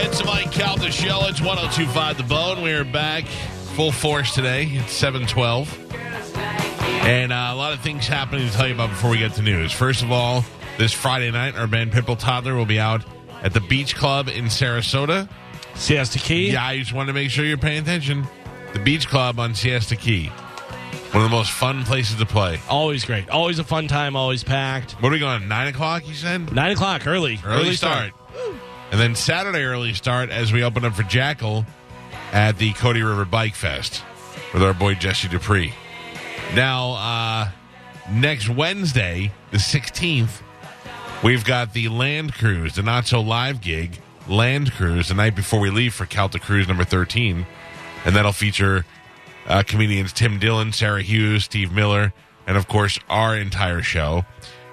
It's Mike oh Caldichelle. It's 1025 The Bone. We are back full force today. It's 712. And uh, a lot of things happening to tell you about before we get to news. First of all, this Friday night, our band Pitbull Toddler will be out at the Beach Club in Sarasota. Siesta Key. Yeah, I just wanted to make sure you're paying attention. The Beach Club on Siesta Key. One of the most fun places to play. Always great. Always a fun time. Always packed. What are we going? 9 o'clock, you said? Nine o'clock early. early, start. And then Saturday early start as we open up for Jackal at the Cody River Bike Fest with our boy Jesse Dupree. Now, uh, next Wednesday, the 16th, we've got the Land Cruise, the not so live gig, Land Cruise, the night before we leave for Calta Cruise number 13. And that'll feature uh, comedians Tim Dillon, Sarah Hughes, Steve Miller, and of course our entire show.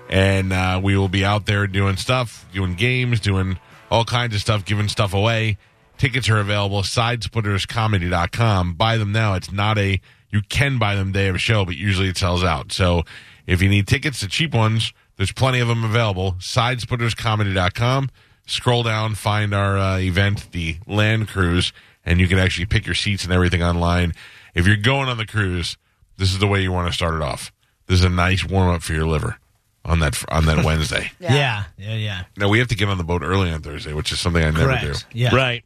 And uh, we will be out there doing stuff, doing games, doing all kinds of stuff, giving stuff away. Tickets are available sidesplitterscomedy.com. Buy them now. It's not a you can buy them day of a show, but usually it sells out. So if you need tickets, the cheap ones, there's plenty of them available. Sidesplitterscomedy.com. Scroll down, find our uh, event, the Land Cruise, and you can actually pick your seats and everything online. If you're going on the cruise, this is the way you want to start it off. This is a nice warm up for your liver on that on that Wednesday. Yeah. Yeah. Yeah. Now we have to get on the boat early on Thursday, which is something I never Correct. do Yeah. Right.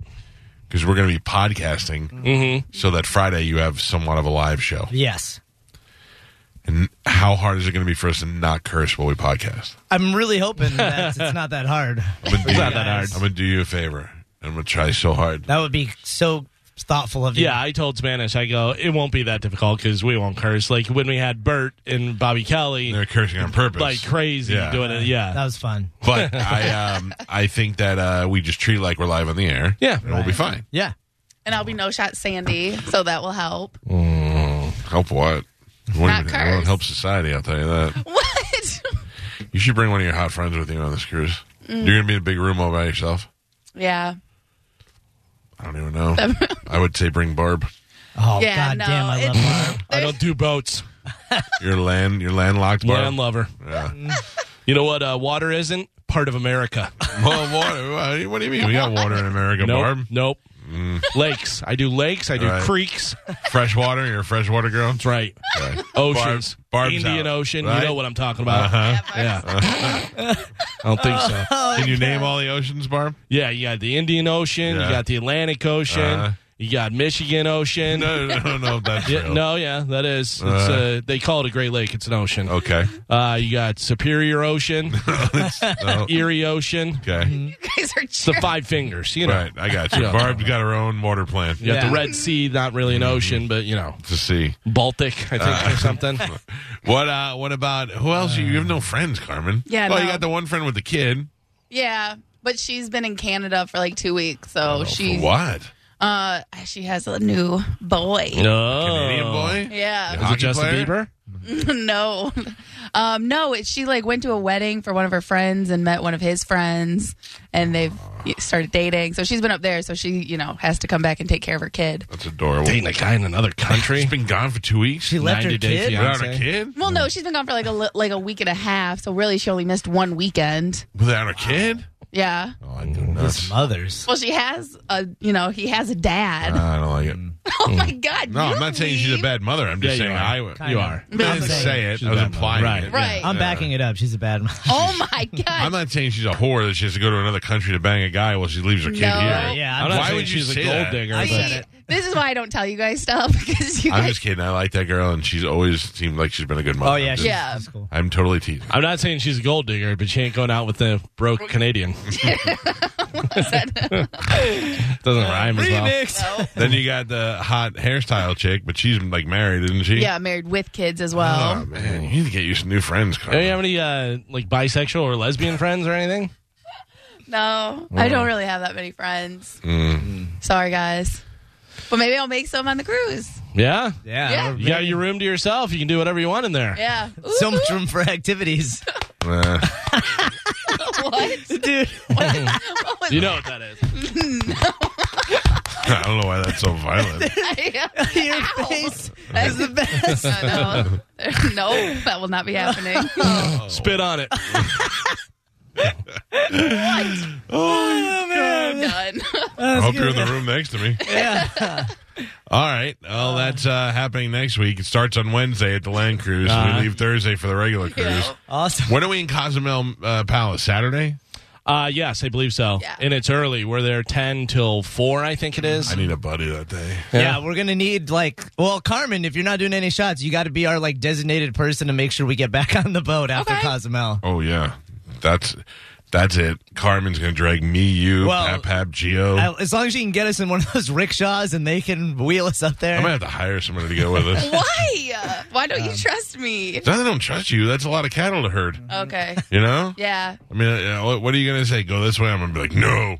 because we're going to be podcasting. So that Friday you have somewhat of a live show. Yes. And how hard is it going to be for us to not curse while we podcast? I'm really hoping that it's not that hard. I'm gonna do It's you- not that hard. I'm going to do you a favor. I'm going to try so hard. That would be so thoughtful of you. Yeah, I told Spanish, I go, it won't be that difficult because we won't curse. Like when we had Bert and Bobby Kelly, They're cursing on purpose, like crazy Yeah. doing it. Yeah. That was fun. But I, um, I think that uh, we just treat it like we're live on the air. Yeah. and we'll be fine. Yeah. And I'll be no shot Sandy, so that will help. Help what? It won't Not even- curse. It won't help society. I'll tell you that. What? You should bring one of your hot friends with you on this cruise. You're going to be in a big room all by yourself. yeah. I don't even know. I would say bring Barb. Oh Yeah, god no, damn, I love it's- Barb. I don't do boats. Your land, your landlocked Barb. Land lover. Yeah. You know what? Uh, water isn't part of America. well, water. what- What do you mean? We got water in America, nope. Barb. Nope. Lakes. I do lakes. I do Mm. Right. creeks. That's Fresh water. You're a freshwater girl. right. Right. Oceans. Barb- Barb's Indian out, Ocean. right? Uh-huh. You know what I'm talking about. Yeah. I don't think so. Can you name all the oceans, Barb? Yeah, you got the Indian Ocean, Yeah. you got the Atlantic Ocean, Uh-huh. you got Michigan Ocean. No, no, no, no. That's Yeah, real. no, yeah, that is. It's, Uh-huh. uh, they call it a Great Lake. It's an ocean. Okay. Uh, you got Superior Ocean, No. Erie Ocean. Okay. You guys are It's the cheering. Five Fingers, you know. Right. I got you. Yeah. Barb's got her own water plant. You got Yeah. the Red Sea, not really Mm-hmm. an ocean, but you know, To see. Baltic, I think, Uh-huh. or something. What? uh What about who else? you have no friends, Carmen. Yeah, Well, no. you got the one friend with the kid. Oh, yeah, but she's been in Canada for like two weeks, so For she's what? uh she has a new boy. No. Canadian boy. Yeah, Oh. Is Hockey it Justin player? Bieber? no, um, no. It, she like went to a wedding for one of her friends and met one of his friends, and they've started dating. So she's been up there, so she you know has to come back and take care of her kid. That's adorable. Dating a guy in another country? She's been gone for two weeks. She left her 90 Day kid. Fiancé. Without a kid? Well, no, she's been gone for like a li- like a week and a half, so really she only missed one weekend. Without a kid? Yeah. Oh, I do nuts. Mothers. Well, she has a, you know, he has a dad. I don't like it. oh my God! No, I'm you not saying leave. she's a bad mother. I'm just Mm. Yeah, you saying are. I would. Kind You of. I are. didn't She's a say it. She's I a was bad mother. implying Right. it. Right. I'm Yeah. backing it up. She's a bad mother. Oh my God! I'm not saying she's a whore that she has to go to another country to bang a guy while she leaves her kid No. here. Yeah, I'm I'm not Why saying would you she's say a gold that? digger? I but- said it. this is why I don't tell you guys stuff because you I'm guys. just kidding. I like that girl, and she's always seemed like she's been a good mother. Oh yeah, I'm she's, just- Yeah. she's cool. I'm totally teasing. I'm not saying she's a gold digger, but she ain't going out with the broke Canadian. Doesn't rhyme as well. Remix. Then you got the hot hairstyle chick, but she's like married, isn't she? Yeah, married with kids as Oh well. man, you need to get you some new friends. Do Carla. you have any uh, like bisexual or lesbian friends or anything? No, I mm. don't really have that many friends. Sorry, guys. But maybe I'll make some on the cruise. Yeah. Yeah. Yeah. we're You got your room to yourself. You can do whatever you want in there. Yeah. Ooh, So much room for activities. Nah. what? Dude. What was You know what that is. I don't know why that's so violent. that? Your Ow. face That's is the best. no, no. no, that will not be happening. Spit on it. Oh, man. Done. I hope you're in the room next to me. All right. Well, that's uh, happening next week. It starts on Wednesday at the land cruise. and Uh. we leave Thursday for the regular cruise. Yeah. Awesome. When are we in Cozumel uh, Palace? Saturday? Uh, yes, I believe so. Yeah. And it's early. We're there 10 till 4, I think it is. I need a buddy that day. Yeah. we're gonna need like well, Carmen. If you're not doing any shots, you got to be our like designated person to make sure we get back on the boat after Okay. Cozumel. Oh yeah, that's that's it. Carmen's gonna drag me, you, Well, Pap, Pap, Geo. I, I- as long as you can get us in one of those rickshaws and they can wheel us up there. am gonna have to hire somebody to go with us. Why? Why don't Um, you trust me? I don't trust you. That's a lot of cattle to herd. Okay. You know. Yeah. I mean, uh, what- what are you gonna say? Go this way? I'm gonna be like, no.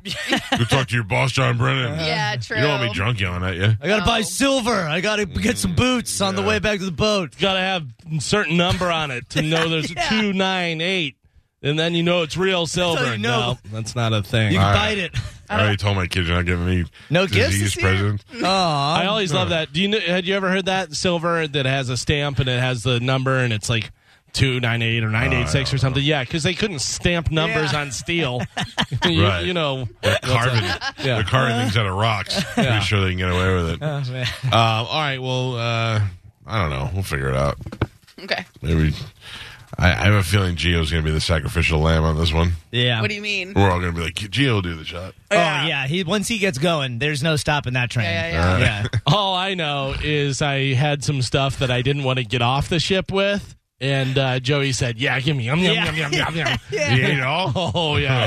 Go talk to your boss, John Brennan. Yeah, true. Uh, Uh, You don't want me drunk yelling at you. I gotta buy No. silver. I gotta get some boots on the way back to the boat. got to have a certain number on it to know there's Yeah. a 298. And then you know it's real silver. you know. No, that's not a thing. You can All bite right. it. I already told my kids you're not giving me No gifts disease this year? presents. Aw. I always love that. Do you know, had you ever heard that silver that has a stamp and it has the number and it's like two nine eight or nine eight six or something? Yeah, because they couldn't stamp numbers on steel. you, Right. you know, They're carving, Yeah. they're carving things out of rocks. Pretty sure they can get away with it. Oh, man. Uh, Um, all right. Well, uh, I don't know. We'll figure it out. Okay. Maybe. I, I have a feeling Geo's going to be the sacrificial lamb on this one. Yeah. What do you mean? We're all going to be like, Geo, will do the shot. oh yeah. Uh, He once he gets going, there's no stopping that train. Yeah, yeah, yeah. all I know is I had some stuff that I didn't want to get off the ship with, and uh, Joey said, "Yeah, give me yum yum Yeah. yum yum yum yum." Yeah. You ate it all? Oh yeah.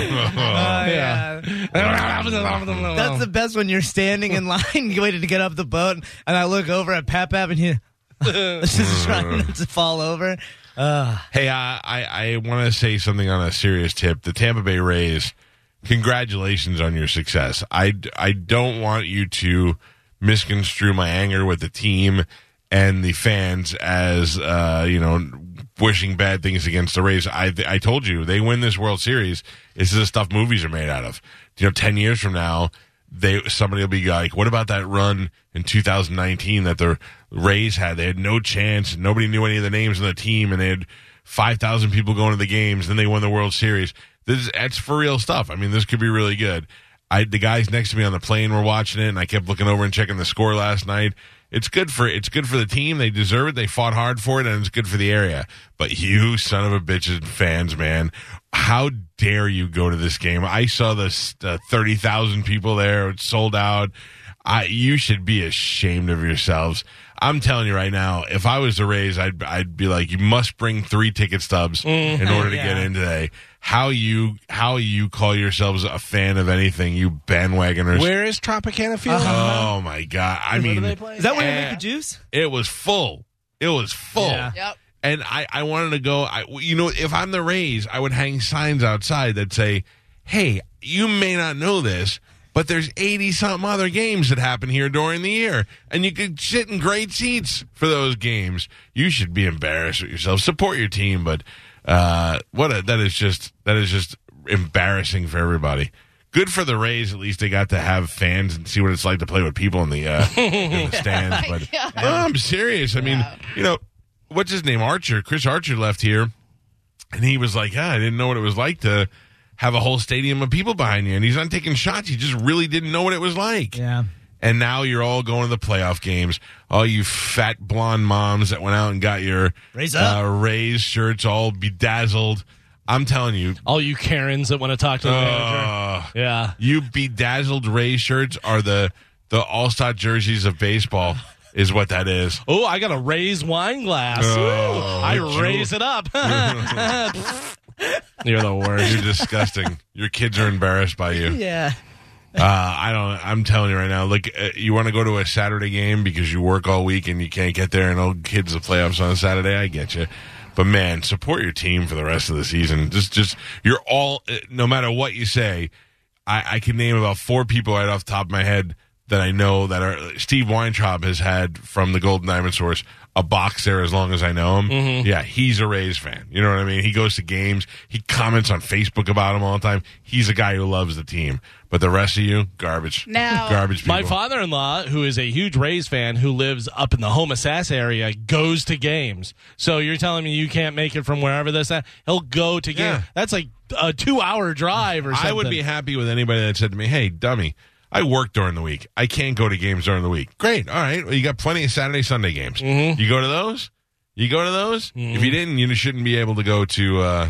Oh, Yeah. yeah. Oh. That's the best when you're standing in line waiting to get up the boat, and I look over at Papap and he this is trying not to fall over. Uh, hey, uh, I, I want to say something on a serious tip. The Tampa Bay Rays, congratulations on your success. I, I don't want you to misconstrue my anger with the team and the fans as, uh, you know, wishing bad things against the Rays. I, I told you, they win this World Series. This is the stuff movies are made out of. You know, 10 years from now, they somebody will be like, "What about that run in 2019 that the Rays had? They had no chance. Nobody knew any of the names on the team, and they had 5,000 people going to the games. Then they won the World Series. This is that's for real stuff. I mean, this could be really good. I the guys next to me on the plane were watching it, and I kept looking over and checking the score last night. It's good for it's good for the team. They deserve it. They fought hard for it, and it's good for the area. But you son of a bitches, fans, man, how dare you go to this game? I saw this uh, thirty thousand people there. It sold out. I you should be ashamed of yourselves. I'm telling you right now, if I was the Rays, I'd I'd be like, you must bring three ticket stubs Mm-hmm, in order to get Yeah. in today. How you how you call yourselves a fan of anything, you bandwagoners? Where is Tropicana Field? oh my god! I Where do mean, they play? is that when you Yeah. make the juice? it was full. It was full. Yeah. Yep. And I, I wanted to go. I, you know, if I'm the Rays, I would hang signs outside that say, "Hey, you may not know this, but there's 80 something other games that happen here during the year, and you could sit in great seats for those games. You should be embarrassed with yourself. Support your team, but uh, what a, that is just that is just embarrassing for everybody." Good for the Rays. At least they got to have fans and see what it's like to play with people in the uh, in the stands. But Yeah. no, I'm serious. I mean, you know, what's his name? Archer. Chris Archer left here, and he was like, "Ah, I didn't know what it was like to have a whole stadium of people behind you. And he's not taking shots. He just really didn't know what it was like. Yeah. And now you're all going to the playoff games. All you fat blonde moms that went out and got your Raise up. Uh, Rays shirts all bedazzled. I'm telling you, All you Karens that want to talk to the uh, manager. Yeah. you bedazzled Rays shirts are the the all star jerseys of baseball. Is what that is. Oh, I got a raised wine glass. Oh, Ooh, I you- raise it up. You're the worst. You're disgusting. Your kids are embarrassed by you. Yeah. Uh, I don't. I'm telling you right now. Look, uh, you want to go to a Saturday game because you work all week and you can't get there, and old kids the playoffs on Saturday. I get you, but man, support your team for the rest of the season. Just, just you're all. uh, No matter what you say, I, I can name about four people right off the top of my head that I know that are Steve Weintraub has had from the Golden Diamond Source a box there as long as I know him. Yeah, he's a Rays fan. You know what I mean? He goes to games. He comments on Facebook about him all the time. He's a guy who loves the team. But the rest of you, garbage. Now- garbage people. My father-in-law, who is a huge Rays fan, who lives up in the Homosas area, goes to games. So you're telling me you can't make it from wherever this at? He'll go to Yeah. games. That's like a two-hour drive or something. I would be happy with anybody that said to me, "Hey, dummy, I work during the week. I can't go to games during the week." Great. All right. Well, you got plenty of Saturday, Sunday games. Mm-hmm. You go to those. You go to those. If you didn't, you shouldn't be able to go to. Uh,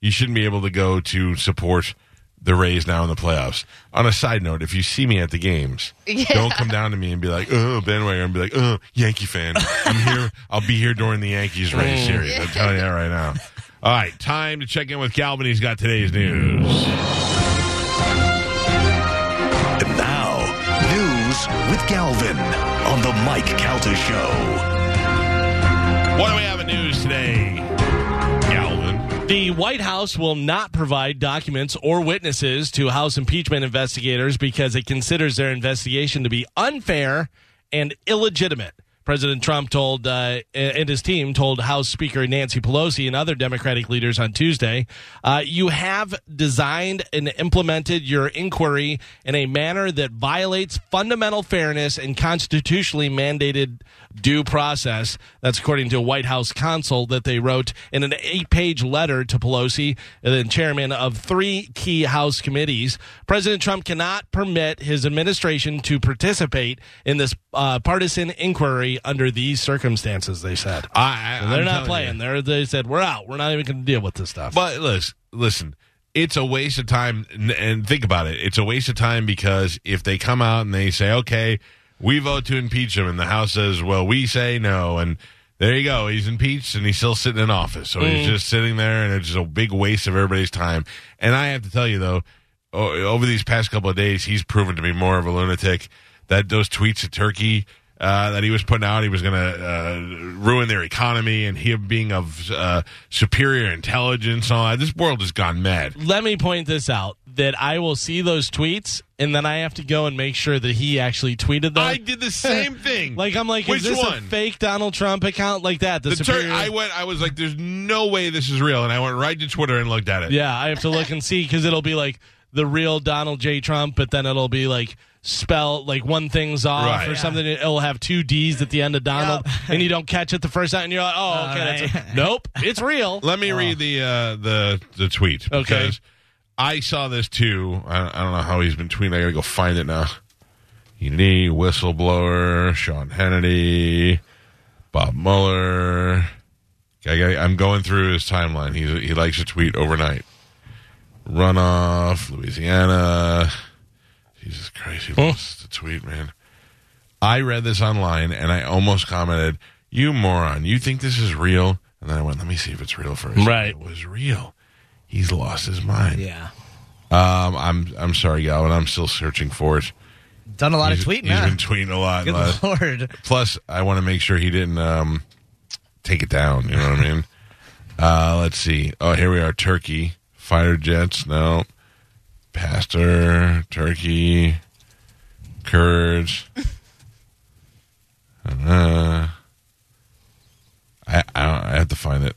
you shouldn't be able to go to support the Rays now in the playoffs. On a side note, if you see me at the games, don't come down to me and be like, "Oh, bandwagon," and be like, "Oh, Yankee fan, I'm here. I'll be here during the Yankees Rays series." I'm telling you that right now. All right, time to check in with Galvin. He's got today's news. And now, news with Galvin on the Mike Calta Show. What do we have in news today, Galvin? The White House will not provide documents or witnesses to House impeachment investigators because it considers their investigation to be unfair and illegitimate. President Trump told uh, and his team told House Speaker Nancy Pelosi and other Democratic leaders on Tuesday, uh, "You have designed and implemented your inquiry in a manner that violates fundamental fairness and constitutionally mandated due process." That's according to a White House counsel that they wrote in an eight-page letter to Pelosi, then chairman of three key House committees. President Trump cannot permit his administration to participate in this uh, partisan inquiry under these circumstances. They said I, I, they're I'm not telling playing. you. They're, they said we're out. We're not even going to deal with this stuff. But listen, listen, it's a waste of time. n- And think about it. It's a waste of time because if they come out and they say, okay, we vote to impeach him, and the House says, well, we say no, and there you go. He's impeached and he's still sitting in office. So he's just sitting there, and it's just a big waste of everybody's time. And I have to tell you, though, o- Oh, over these past couple of days, he's proven to be more of a lunatic. That those tweets of Turkey uh, that he was putting out, he was going to uh, ruin their economy, and him being of uh, superior intelligence. and All that. This world has gone mad. let me point this out that I will see those tweets and then I have to go and make sure that he actually tweeted them. I did the same thing. like I'm like, which is this one? a fake Donald Trump account like that? The, The Tur- superior- I went. I was like, "There's no way this is real," and I went right to Twitter and looked at it. Yeah, I have to look and see because it'll be like the real Donald J. Trump, but then it'll be like spell like one thing's off Right. or something. It'll have two D's at the end of Donald, and you don't catch it the first time, and you're like, oh, okay, that's a- nope, it's real. Let me read the uh, the the tweet. Okay. because I saw this too. I, I don't know how he's been tweeting. I gotta go find it now. Unity whistleblower Sean Hannity, Bob Mueller. I got I'm going through his timeline. He he likes to tweet overnight. Runoff Louisiana. Jesus Christ, he loves to tweet, man. I read this online and I almost commented, "You moron! You think this is real?" And then I went, "Let me see if it's real first. Right. It was real. He's lost his mind. Yeah. Um, I'm I'm sorry, Galvin. I'm still searching for it. Done a lot He's, of tweeting, he's huh? been tweeting a lot. Good Uh, lord. Plus, I want to make sure he didn't um, take it down. You know what I mean? Uh, let's see. Oh, here we are. Turkey fighter jets. No, pastor Turkey Kurds. Uh, I I, don't, I have to find it.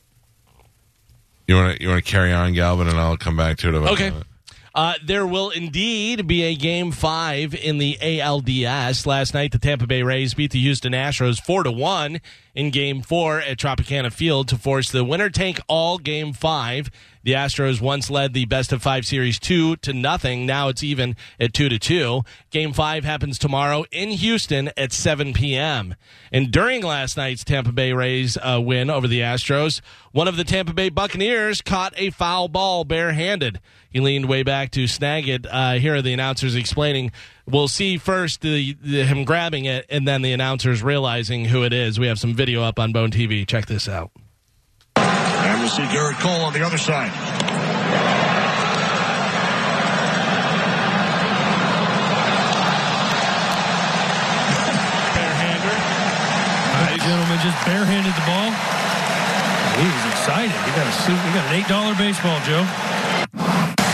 You want to you want to carry on, Galvin, and I'll come back to it. if I Okay. have it. Uh, there will indeed be a game five in the ALDS. Last night, the Tampa Bay Rays beat the Houston Astros four to one in game four at Tropicana Field to force the winner take all game five. The Astros once led the best of five series two to nothing. Now it's even at two to two. Game five happens tomorrow in Houston at 7 p.m. And during last night's Tampa Bay Rays uh, win over the Astros, one of the Tampa Bay Buccaneers caught a foul ball barehanded. He leaned way back to snag it. Uh, here are the announcers explaining. We'll see first the, the him grabbing it, and then the announcers realizing who it is. We have some video up on Bone TV. Check this out. And we'll see Garrett Cole on the other side. just barehanded the ball. He was excited. We got a suit. We got an eight dollar baseball, Joe.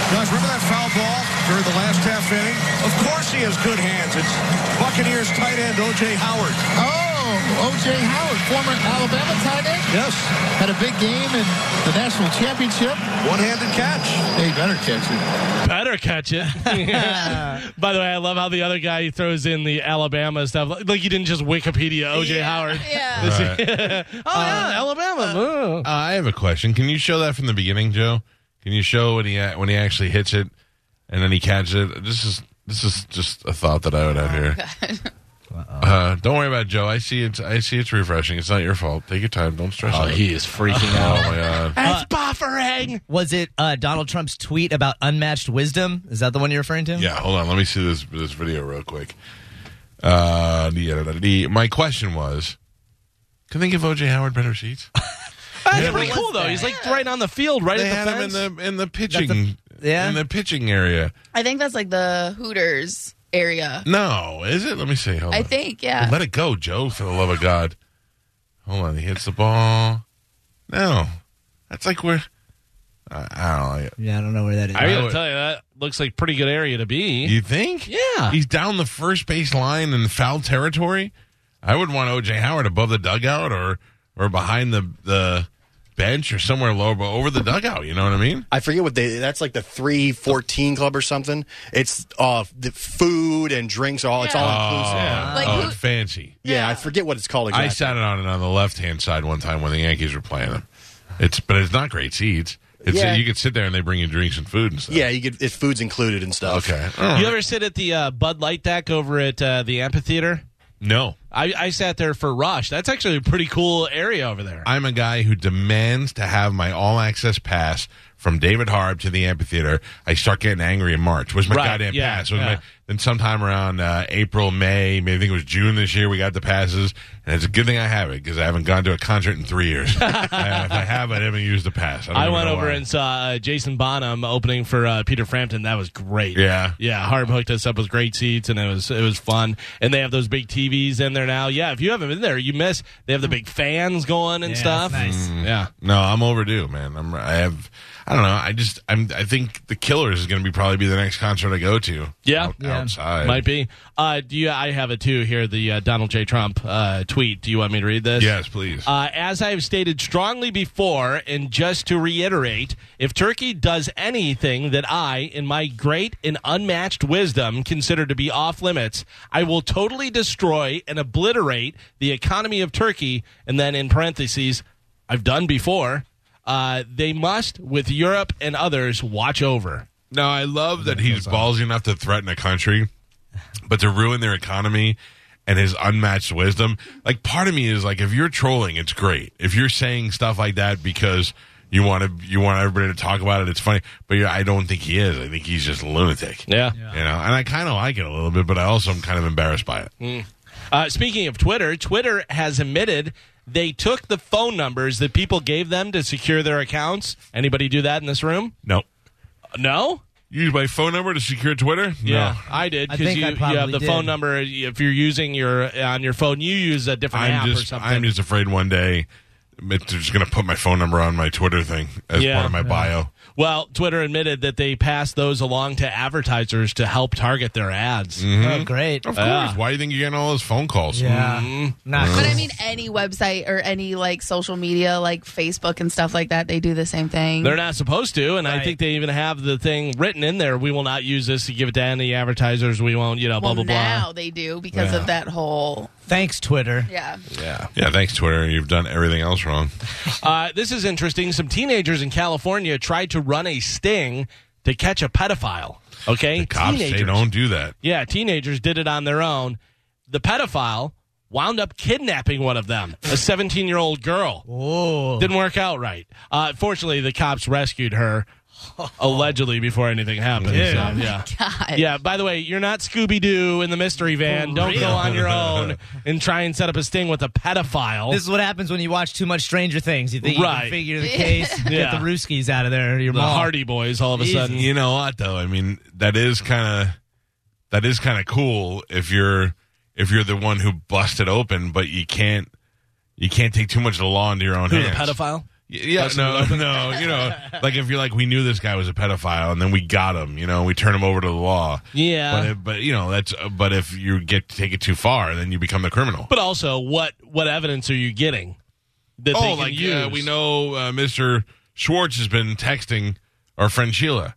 Guys, remember that foul ball during the last half inning? Of course he has good hands. It's Buccaneers tight end O.J. Howard. Oh, O.J. Howard, former Alabama tight end. Yes. Had a big game in the national championship. One-handed catch. They better catch it. Better catch it. By the way, I love how the other guy throws in the Alabama stuff. Like, like you didn't just Wikipedia O.J. Yeah, Howard. yeah. This- Right. oh, yeah, Alabama. Ooh. Uh, I have a question. Can you show that from the beginning, Joe? Can you show when he when he actually hits it and then he catches it? This is this is just a thought that I would have here. Uh, don't worry about it, Joe. I see it's I see it's refreshing. It's not your fault. Take your time. Don't stress. out. he is freaking oh out. my god. That's buffering. uh, Was it uh, Donald Trump's tweet about unmatched wisdom? Is that the one you're referring to? Uh, Yeah, hold on. Let me see this this video real quick. Uh, the- uh, the- my question was, can they give OJ Howard better seats? That's Yeah, pretty but- cool though. He's like right on the field, right they had at the him in fence. the in the pitching, yeah. in the pitching area. I think that's like the Hooters area. No, is it? Let me see. Hold I on. think, yeah. Let it go, Joe. For the love of God, hold on. He hits the ball. No, that's like we're. I, I don't like it. Yeah, I don't know where that is. I I gotta would- tell you, that looks like pretty good area to be. You think? Yeah. He's down the first base line in foul territory. I would want OJ Howard above the dugout or or behind the the bench or somewhere lower, but over the dugout. You know what I mean? I forget what they. That's like the three fourteen club or something. It's uh the food and drinks are all. It's all inclusive. Yeah. Like oh, who- fancy. I forget what it's called. Exactly. I sat on it on the left hand side one time when the Yankees were playing them. It's but it's not great seats. It's Yeah. you could sit there and they bring you drinks and food and stuff. Yeah, you get if food's included and stuff. Okay. You ever sit at the uh, Bud Light deck over at uh, the amphitheater? No. I, I sat there for Rush. That's actually a pretty cool area over there. I'm a guy who demands to have my all access pass from David Harb to the amphitheater. I start getting angry in March. Where's my Right, goddamn yeah, pass? Where's yeah. my- then sometime around uh, April, May, maybe I think it was June this year, we got the passes. And it's a good thing I have it because I haven't gone to a concert in three years. Uh, if I have, I haven't used the pass. don't I even went know over why. and saw uh, Jason Bonham opening for uh, Peter Frampton. That was great. Yeah. yeah. Harb hooked us up with great seats, and it was it was fun. And they have those big TVs in there now. Yeah, if you haven't been there, you miss. They have the big fans going and Yeah, stuff. nice. Mm-hmm. Yeah, No, I'm overdue, man. I'm. I have. I don't know. I just. I'm. I think the Killers is going to be probably be the next concert I go to. Yeah. Out- Yeah. outside. might be. Uh, do you, I have it too here. The uh, Donald J. Trump uh, tweet. Do you want me to read this? Yes, please. Uh, as I have stated strongly before, and just to reiterate, if Turkey does anything that I, in my great and unmatched wisdom, consider to be off limits, I will totally destroy and obliterate the economy of Turkey. And then in parentheses, I've done before. Uh, they must, with Europe and others, watch over. no, I love that he's ballsy enough to threaten a country, but to ruin their economy and his unmatched wisdom. Like, part of me is like, if you're trolling, it's great. If you're saying stuff like that because you want to, you want everybody to talk about it, it's funny. But yeah, I don't think he is. I think he's just a lunatic. Yeah. You know, and I kind of like it a little bit, but I also am kind of embarrassed by it. Uh, speaking of Twitter, Twitter has admitted they took the phone numbers that people gave them to secure their accounts. Anybody do that in this room? No. No. Use my phone number to secure Twitter? Yeah, No. I did I because think you, I you probably have the did. phone number. If you're using your uh, on your phone, you use a different app I'm or just something. I'm just afraid one day they're just going to put my phone number on my Twitter thing as Yeah. part of my bio. well, Twitter admitted that they passed those along to advertisers to help target their ads. Mm-hmm. Oh, great. Of course. Ah. Why do you think you're getting all those phone calls? Yeah. Mm-hmm. Not But I cool. mean, any website or any like social media, like Facebook and stuff like that, they do the same thing. They're not supposed to, and I Right. think they even have the thing written in there. We will not use this to give it to any advertisers. We won't, you know, well, blah blah now blah. they do because of that whole. Thanks, Twitter. Yeah. Yeah, thanks, Twitter. You've done everything else wrong. Uh, this is interesting. Some teenagers in California tried to run a sting to catch a pedophile. Okay, The cops teenagers. say don't do that. Yeah, teenagers did it on their own. The pedophile wound up kidnapping one of them, a 17 year old girl. Oh. Didn't work out right. Uh, fortunately, the cops rescued her allegedly before anything happened. Yeah. So, yeah. Oh, God. Yeah, by the way, you're not Scooby Doo in the mystery van. Don't go on your own and try and set up a sting with a pedophile. This is what happens when you watch too much Stranger Things. You think you Right. can figure the case, Yeah. get the Rooskies out of there, your the mom. Hardy Boys, all of a Jesus. sudden. You know what though? I mean, that is kind of that is kind of cool if you're if you're the one who busted open, but you can't you can't take too much of the law into your own Who, the hands. pedophile? Y- Yeah, no, no, you know, like if you're like, we knew this guy was a pedophile, and then we got him, you know, we turn him over to the law. Yeah. but if, but you know that's uh, but if you get to take it too far, then you become the criminal. But also, what what evidence are you getting? That they oh, can like use? yeah, we know uh, Mr. Schwartz has been texting our friend Sheila.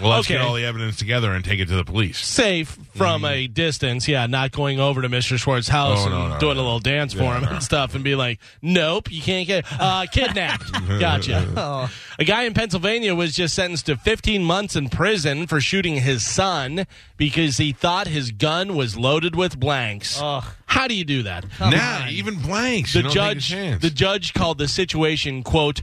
Well, let's Okay. get all the evidence together and take it to the police. safe from a distance. Yeah, not going over to Mr. Schwartz's house Mm-hmm. Oh, and no, no, doing no. a little dance for him and stuff and be like, nope, you can't get uh, kidnapped. gotcha. A guy in Pennsylvania was just sentenced to 15 months in prison for shooting his son because he thought his gun was loaded with blanks. How do you do that? Now, even blanks, you the don't take a judge, chance. the judge called the situation quote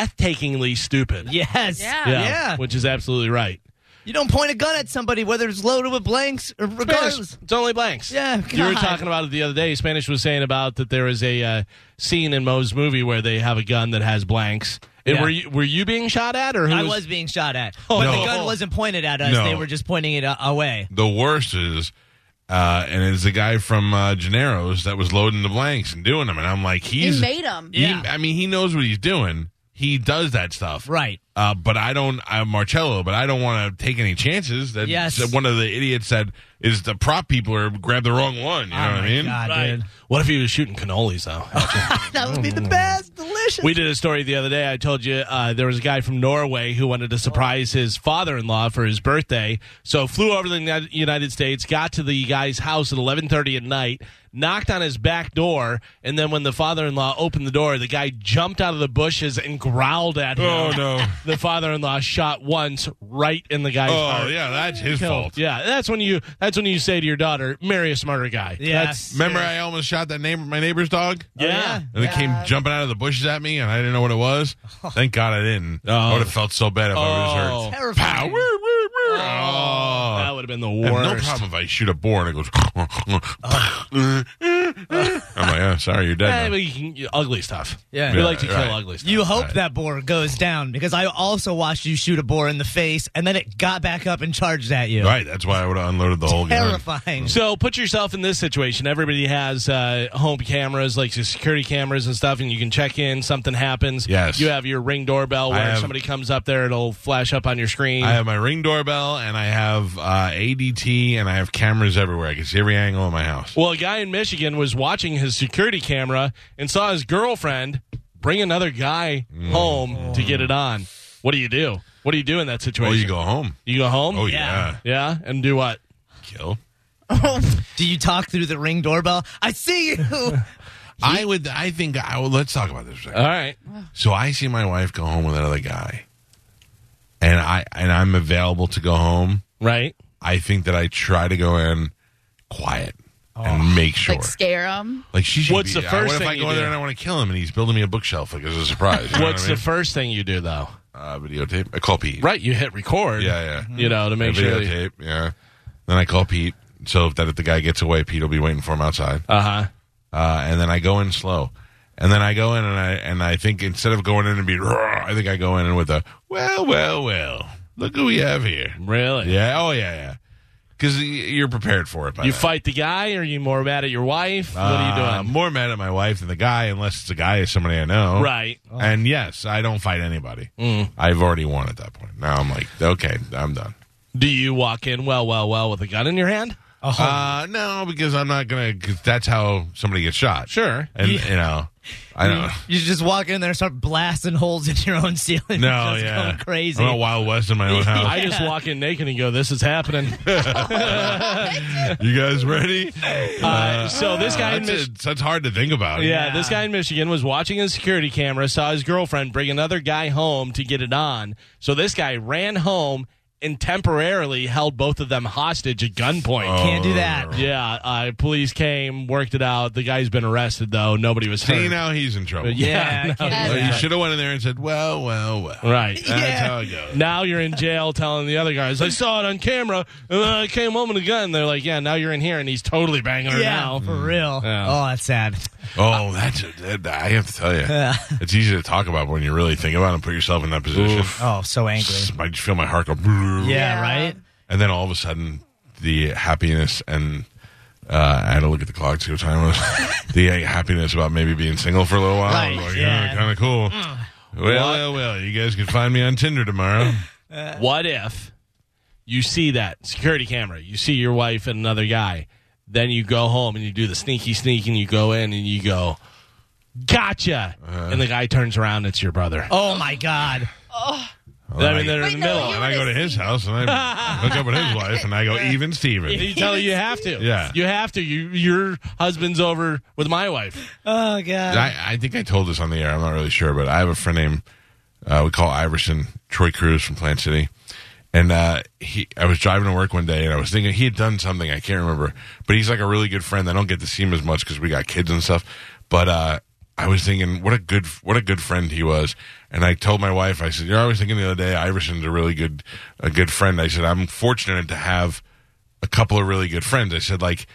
breathtakingly stupid. Yes. Yeah. Yeah. which is absolutely right. You don't point a gun at somebody, whether it's loaded with blanks or regardless. It's only blanks. Yeah, You were God. talking about it the other day. Spanish was saying about that there is a uh, scene in Moe's movie where they have a gun that has blanks. And Yeah. were you were you being shot at or who I was being shot at. but no. Oh. the gun wasn't pointed at us. No. They were just pointing it a- away. the worst is, uh, and it's the guy from uh, Gennaro's that was loading the blanks and doing them, and I'm like, You he's, made him. he- I mean, he knows what he's doing. He does that stuff, Right. Uh, but I don't. I'm Marcello, but I don't want to take any chances. That Yes. that one of the idiots that is the prop people or grabbed the wrong one. You know oh what my I mean? God, dude. What if he was shooting cannolis though? That would be the best. Delicious. we did a story the other day. I told you uh, there was a guy from Norway who wanted to surprise his father-in-law for his birthday, so flew over to the Uni- United States, got to the guy's house at 11:30 at night, knocked on his back door, and then when the father-in-law opened the door, the guy jumped out of the bushes and growled at him. Oh no. the father-in-law shot once right in the guy's Oh heart. yeah, that's his fault. Yeah, that's when you that's when you say to your daughter, marry a smarter guy. Yeah. That's, Remember, I almost shot that neighbor, my neighbor's dog. Oh, yeah. And it came jumping out of the bushes at me, and I didn't know what it was. Thank God I didn't. I Oh. would have felt so bad if I was hurt. Pow! Terrifying. Woo, woo, woo. That Oh. would have been the I have worst. no problem if I shoot a boar and it goes. I'm like, oh, sorry, you're Eh, dead. but now. you can- you- ugly stuff. Yeah. we like to Yeah, kill right. ugly stuff. You hope Right. that boar goes down because I also watched you shoot a boar in the face and then it got back up and charged at you. Right, that's why I would have unloaded the whole gun. Terrifying. So put yourself in this situation. Everybody has uh, home cameras, like security cameras and stuff, and you can check in. Something happens. Yes. You have your ring doorbell I where have- somebody comes up there, it'll flash up on your screen. I have my ring doorbell, and I have uh, ADT, and I have cameras everywhere. I can see every angle of my house. Well, a guy in Michigan was watching his security camera and saw his girlfriend bring another guy Mm. home to get it on. What do you do? What do you do in that situation? Well, Oh, you go home. You go home? Oh, yeah. Yeah? And do what? Kill. Do you talk through the ring doorbell? I see you. I would. I think. I would, let's talk about this. For a second. All right. So I see my wife go home with another guy, and I and I'm available to go home. Right. I think that I try to go in quiet and make sure. Like scare him. Like she should What's be- the I- first What if thing I you go in do? there and I want to kill him, and he's building me a bookshelf like as a surprise? you know What's what I the first thing you do, though? mean? uh, videotape? I call Pete. Right. You hit record. Yeah, yeah. You know, to make I sure. videotape. Yeah. Then I call Pete. So that if the guy gets away, Pete will be waiting for him outside. Uh huh. uh, and then I go in slow, and then I go in and I and I think instead of going in and be, "Roar," I think I go in and with a well, well, well, look who we have here. Really? Yeah, oh yeah, yeah, because you're prepared for it. By You then. fight the guy? Or are you more mad at your wife? what Uh, are you I'm doing? more mad at my wife than the guy, unless the guy is somebody I know. Right. Mm. And yes, I don't fight anybody. I've already won at that point. Now I'm like, okay, I'm done. Do you walk in well, well, well with a gun in your hand? Uh, no, because I'm not gonna. Cause that's how somebody gets shot. Sure. And you know, I don't. You just walk in there and start blasting holes in your own ceiling. No, Just yeah, going crazy. I'm a Wild West in my own house. I just walk in naked and go, this is happening. Uh, You guys ready? Uh, so this guy in that's, Michigan. it. that's hard to think about. Yeah, this guy in Michigan was watching his security camera, saw his girlfriend bring another guy home to get it on. So this guy ran home and temporarily held both of them hostage at Oh, gunpoint. Can't do that. Yeah, uh, police came, worked it out. The guy's been arrested, though. Nobody was See, hurt. now he's in trouble. Yeah, Yeah, I can't Well, do you that. should have went in there and said, "Well, well, well." Right. That's how it goes. Now you're in jail telling the other guys, I saw it on camera, and then I came home with a gun. They're like, yeah, now you're in here, and he's totally banging her Yeah, now. Mm. for real. Yeah. Oh, that's sad. Oh, that's a, that, I have to tell you, it's easy to talk about but when you really think about it and put yourself in that position. Oh, so angry. I just feel my heart go, Yeah, Yeah. right? and then all of a sudden, the happiness and Uh, I had to look at the clock to see what time it was. the uh, happiness about maybe being single for a little while. I was Right, like, yeah. Mm. kind of cool. Well, well, well, you guys can find me on Tinder tomorrow. What if you see that security camera? You see your wife and another guy. Then you go home and you do the sneaky sneak and you go in and you go, gotcha. Uh-huh. and the guy turns around, it's your brother. Oh my God. I mean, they're in the middle. and I go to his house and I hook up with his wife and I go, even Steven. You tell her you have to. Yeah. You have to. You, your husband's over with my wife. Oh God. I, I think I told this on the air. I'm not really sure, but I have a friend named uh, we call Iverson Troy Cruz from Plant City, and uh, he. I was driving to work one day, and I was thinking he had done something I can't remember, but he's like a really good friend. I don't get to see him as much because we got kids and stuff. But uh, I was thinking, what a good what a good friend he was. And I told my wife, I said, "You're always thinking the other day, Iverson's a really good a good friend." I said, "I'm fortunate to have." a couple of really good friends. I said, like,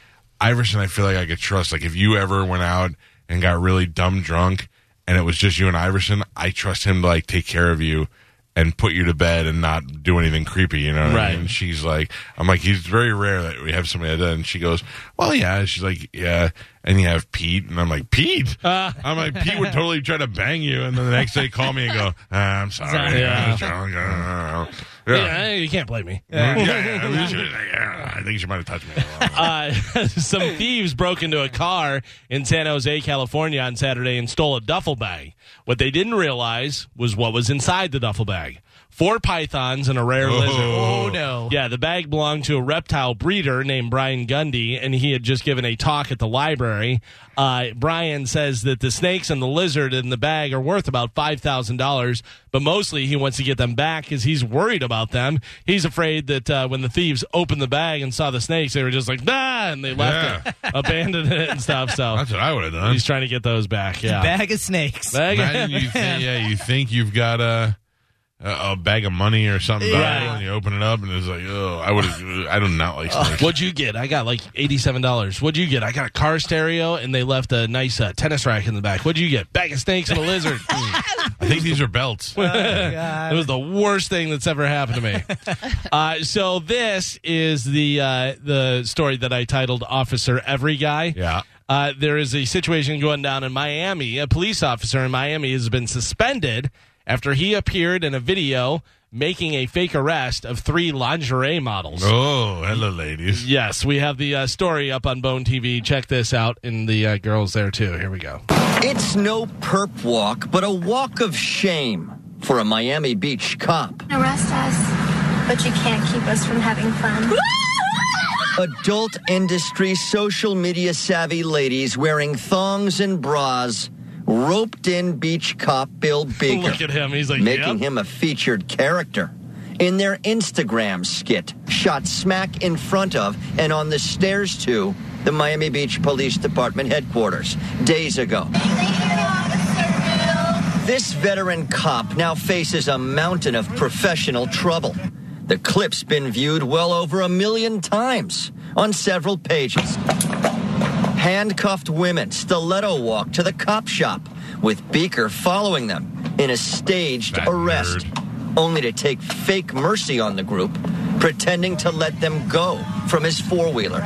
Iverson, I feel like I could trust. Like, if you ever went out and got really dumb drunk and it was just you and Iverson, I trust him to, like, take care of you and put you to bed and not do anything creepy, you know what I Right. mean? And she's like, I'm like, he's very rare that we have somebody that does. And she goes, well, yeah. And she's like, yeah. And you have Pete. And I'm like, Pete? I'm like, Pete would totally try to bang you. And then the next day, call me and go, "Ah, I'm sorry. I was drunk. Ah, yeah. Yeah, you can't blame me. Yeah, yeah, yeah. She was like, "Yeah, I think she might have touched me. uh, some thieves broke into a car in San Jose, California on Saturday and stole a duffel bag. What they didn't realize was what was inside the duffel bag four pythons and a rare lizard. Oh, no. Yeah, the bag belonged to a reptile breeder named Brian Gundy, and he had just given a talk at the library. Uh, Brian says that the snakes and the lizard in the bag are worth about $5,000, but mostly he wants to get them back because he's worried about them. He's afraid that uh, when the thieves opened the bag and saw the snakes, they were just like, nah, and they left it, abandoned it and stuff. So That's what I would have done. he's trying to get those back. Yeah. Bag of snakes. Bag- Imagine you think, yeah, you think you've got a a a bag of money or something valuable, Right. and you open it up, and it's like, oh, I would, I do not like snakes. What'd you get? I got like eighty-seven dollars. What'd you get? I got a car stereo, and they left a nice uh, tennis rack in the back. What'd you get? Bag of snakes and a lizard. I think these are belts. Oh, it was the worst thing that's ever happened to me. uh, so this is the uh, the story that I titled "Officer Every Guy." Yeah. Uh, there is a situation going down in Miami. A police officer in Miami has been suspended after he appeared in a video making a fake arrest of three lingerie models. Oh, hello, ladies. Yes, we have the uh, story up on Bone TV. Check this out, and the uh, girls there too. Here we go. It's no perp walk, but a walk of shame for a Miami Beach cop. Arrest us, but you can't keep us from having fun. Adult industry social media savvy ladies wearing thongs and bras roped in beach cop Bill Baker, Look at him. He's like, making yep. him a featured character. In their Instagram skit, shot smack in front of and on the stairs to the Miami Beach Police Department headquarters days ago. This veteran cop now faces a mountain of professional trouble. The clip's been viewed well over a million times on several pages. Handcuffed women stiletto walk to the cop shop, with Beaker following them in a staged That arrest, only to take fake mercy on the group, pretending to let them go from his four wheeler.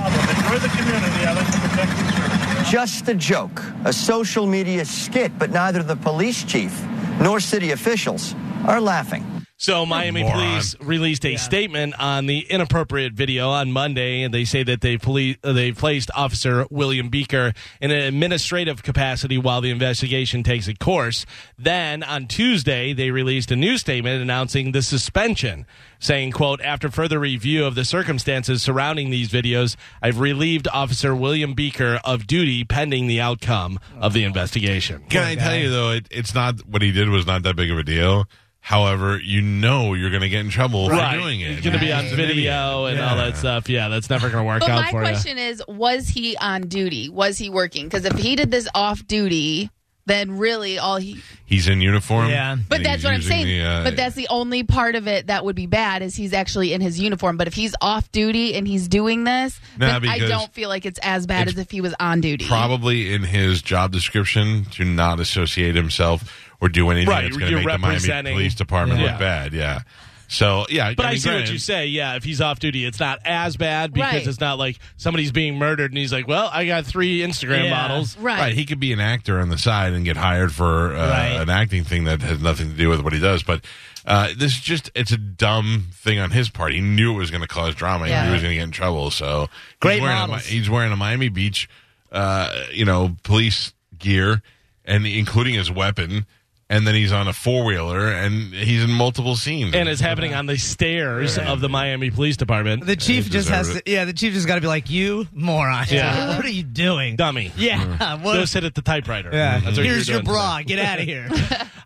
Just a joke, a social media skit, but neither the police chief nor city officials are laughing. So Miami moron. police released a statement on the inappropriate video on Monday, and they say that they police uh, they placed Officer William Beaker in an administrative capacity while the investigation takes a course. Then on Tuesday, they released a new statement announcing the suspension, saying, "quote After further review of the circumstances surrounding these videos, I've relieved Officer William Beaker of duty pending the outcome of the investigation." Can I tell you though, it, it's not what he did was not that big of a deal. However, you know you're going to get in trouble Right. for doing it. It's going to be on He's an idiot. video and all that stuff. Yeah, that's never going to work But out my for you. question is, was he on duty? Was he working? Because if he did this off duty, then really all he. He's in uniform. Yeah. and But that's he's what I'm using saying. the, uh, but that's the only part of it that would be bad is he's actually in his uniform. But if he's off duty and he's doing this, Nah, then I because don't feel like it's as bad it's as if he was on duty. probably in his job description to not associate himself or do anything Right, that's going to you're make the Miami representing- Police Department Yeah. look bad. Yeah. So yeah, But I, mean, see what granted- you say. Yeah, if he's off duty, it's not as bad because Right. it's not like somebody's being murdered and he's like, "Well, I got three Instagram Yeah. models." Right. He could be an actor on the side and get hired for uh, an acting thing that has nothing to do with what he does. But uh, this is just, it's a dumb thing on his part. He knew it was going to cause drama. He knew Yeah. he was going to get in trouble. So he's Great wearing a Mi- models. he's wearing a Miami Beach, uh, you know, police gear and including his weapon. And then he's on a four wheeler and he's in multiple scenes. And it's happening on the stairs of the Miami Police Department. The chief just has to, yeah, the chief just got to be like, you moron. Yeah. What are you doing? dummy. Yeah. What? Go sit at the typewriter. yeah. That's what you're Here's your doing today. bra. Get out of here.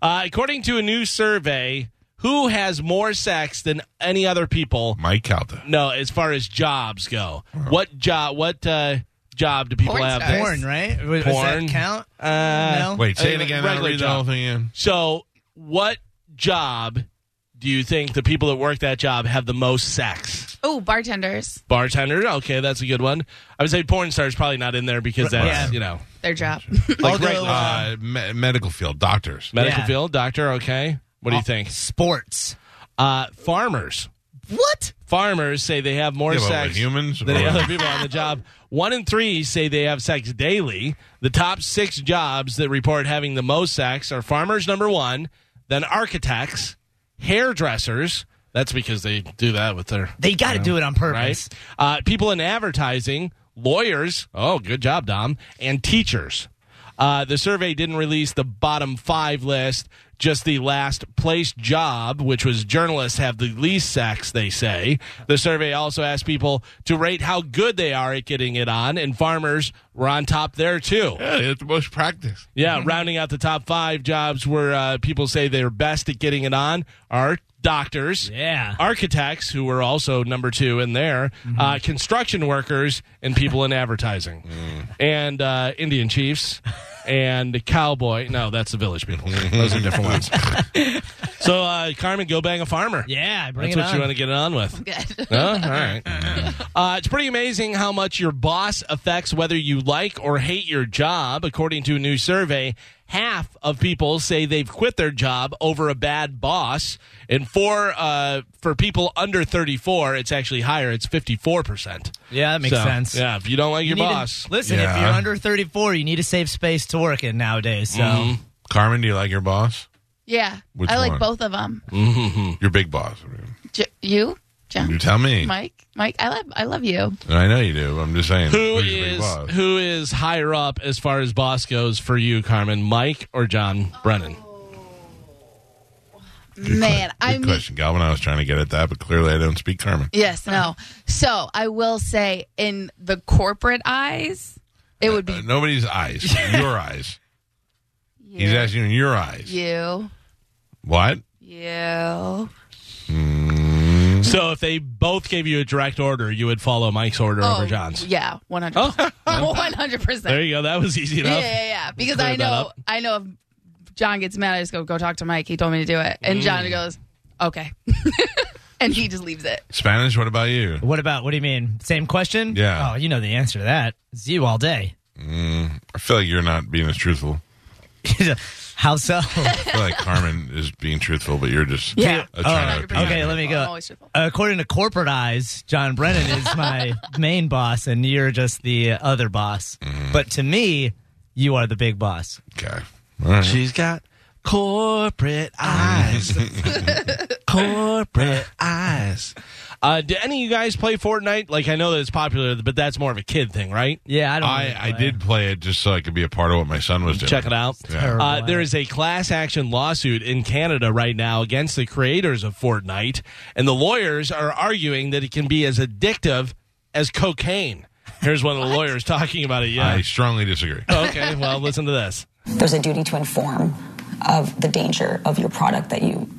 Uh, according to a new survey, who has more sex than any other people? Mike Calta. No, as far as jobs go, what job? What uh, job do people Porn have? stars. Porn, right? Does that Porn count? Uh, No? Wait, say it again. I'll regular read the job. whole thing in. So, what job do you think the people that work that job have the most sex? Oh, bartenders, Bartender. Okay, that's a good one. I would say porn star is probably not in there because that's Right. you know their job. like Although, regular Uh, me- medical field, doctors. medical yeah. Uh, field doctor. Okay, what do you think? Sports. Uh, farmers. What? Farmers say they have more Yeah, but sex with humans? than the Or- other people on the job. One in three say they have sex daily. The top six jobs that report having the most sex are farmers, number one, then architects, hairdressers. That's because they do that with their They got to do it on purpose. right. Uh, people in advertising, lawyers. Oh, good job, Dom. And teachers. Uh, the survey didn't release the bottom five list, just the last place job, which was journalists have the least sex, they say. The survey also asked people to rate how good they are at getting it on, and farmers were on top there too. Yeah, it's the most practice. Yeah, rounding out the top five jobs where uh, people say they're best at getting it on are doctors, Yeah. architects, who were also number two in there, uh, construction workers, and people in advertising, and uh, Indian chiefs, and cowboy. No, that's the village people. Mm. Those are different ones. so, uh, Carmen, go bang a farmer. Yeah. Bring That's it what on. you want to get it on with. Good. Oh, all right. Uh, it's pretty amazing how much your boss affects whether you like or hate your job. According to a new survey, half of people say they've quit their job over a bad boss, and for uh, for people under thirty four, it's actually higher. It's fifty four percent. Yeah, that makes sense. Yeah, if you don't like your You need to- boss, listen, if Yeah. you're under 34, you need a safe space to work in nowadays. So Mm-hmm. Carmen, do you like your boss? Yeah, Which I like one? both of them. Your big boss. J- you, You John, tell me. Mike, Mike. I love, I love you. I know you do. I'm just saying. who Who's your big is boss? who is higher up as far as boss goes for you, Carmen? Mike or John Brennan? Man, I Good mean, question, Galvin. I was trying to get at that, but clearly I don't speak Carmen. yes, no. So I will say, in the corporate eyes, it would Uh, be nobody's eyes. Your eyes. He's you, asking you in your eyes. you, What? you. So if they both gave you a direct order, you would follow Mike's order over John's. Oh, Oh. Yeah, one hundred. One hundred There percent. you go. That was easy Yeah, yeah, enough. yeah. Because Clear I that know, up. I know. If John gets mad, I just go go talk to Mike. He told me to do it, and Mm. John goes, okay, and he just leaves it. Spanish, what about you? What about, what do you mean? Same question? Yeah. Oh, you know the answer to that. It's you all day. I feel like you're not being as truthful. How so? I feel like Carmen is being truthful, but you're just Yeah. uh, trying to Oh, okay, let me I'm go. always truthful. According to corporate eyes, John Brennan is my main boss, and you're just the other boss. Mm. But to me, you are the big boss. Okay. All right. She's got corporate eyes. corporate eyes. Uh, do any of you guys play Fortnite? Like, I know that it's popular, but that's more of a kid thing, right? Yeah, I don't. I, really I play. did play it just so I could be a part of what my son was doing. Check it out. Terrible. Uh, there is a class action lawsuit in Canada right now against the creators of Fortnite, and the lawyers are arguing that it can be as addictive as cocaine. Here's one of the lawyers talking about it. Yeah. I strongly disagree. okay, well, listen to this. there's a duty to inform of the danger of your product that you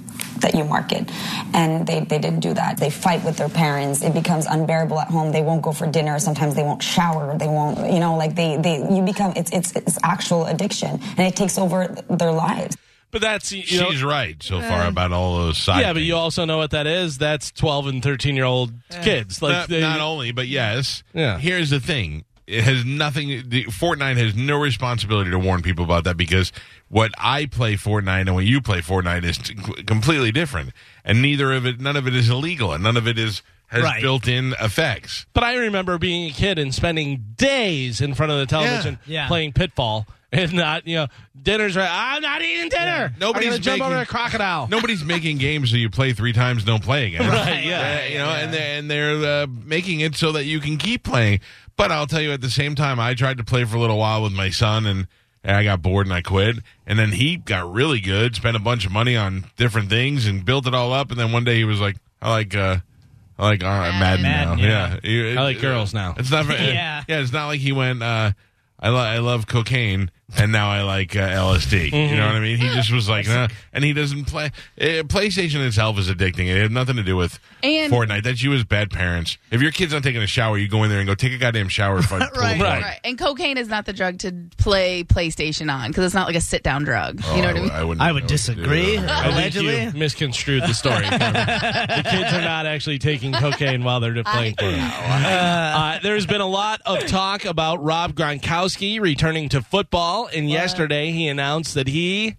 that you market and they, they didn't do that they fight with their parents it becomes unbearable at home they won't go for dinner sometimes they won't shower they won't you know like they, they you become it's, it's it's actual addiction and it takes over their lives But that's, you know, eh. She's right so far about all those side yeah, but things. you also know what that is. Eh. That's 12 and 13 year old kids. Like, not, they- not only, but yes. Yeah. Here's the thing: It has nothing. The, Fortnite has no responsibility to warn people about that because what I play Fortnite and what you play Fortnite is t- completely different, and neither of it, none of it is illegal, and none of it is has Right. built-in effects. But I remember being a kid and spending days in front of the television Yeah. Yeah. playing Pitfall and not, you know, dinner's right. I'm not eating dinner. Nobody's I'm gonna jump making- over the crocodile. Nobody's making games that you play three times, don't play again. Right, yeah. Uh, you know, and they're, and they're uh, making it so that you can keep playing. But I'll tell you, at the same time, I tried to play for a little while with my son, and, and I got bored and I quit. And then he got really good, spent a bunch of money on different things, and built it all up. And then one day he was like, "I like, uh, I like uh, Madden, Madden, now. yeah. Yeah, You- I like girls now. It's not. Yeah. yeah, yeah. It's not like he went. Uh, I, lo- I love cocaine, and now I like uh, LSD. Mm-hmm. You know what I mean? He just was like, nah. and he doesn't play. eh, PlayStation itself is addicting. It had nothing to do with And- Fortnite. That's you as bad parents. If your kid's not taking a shower, you go in there and go take a goddamn shower. If I pull a Right, plug." right, And cocaine is not the drug to play PlayStation on because it's not like a sit down drug. Oh, you know I w- what I mean? I wouldn't I know would what to do. disagree. I think you Allegedly? misconstrued the story. the kids are not actually taking cocaine while they're playing for Uh, there's been a lot of talk about Rob Gronkowski returning to football, and yesterday he announced that he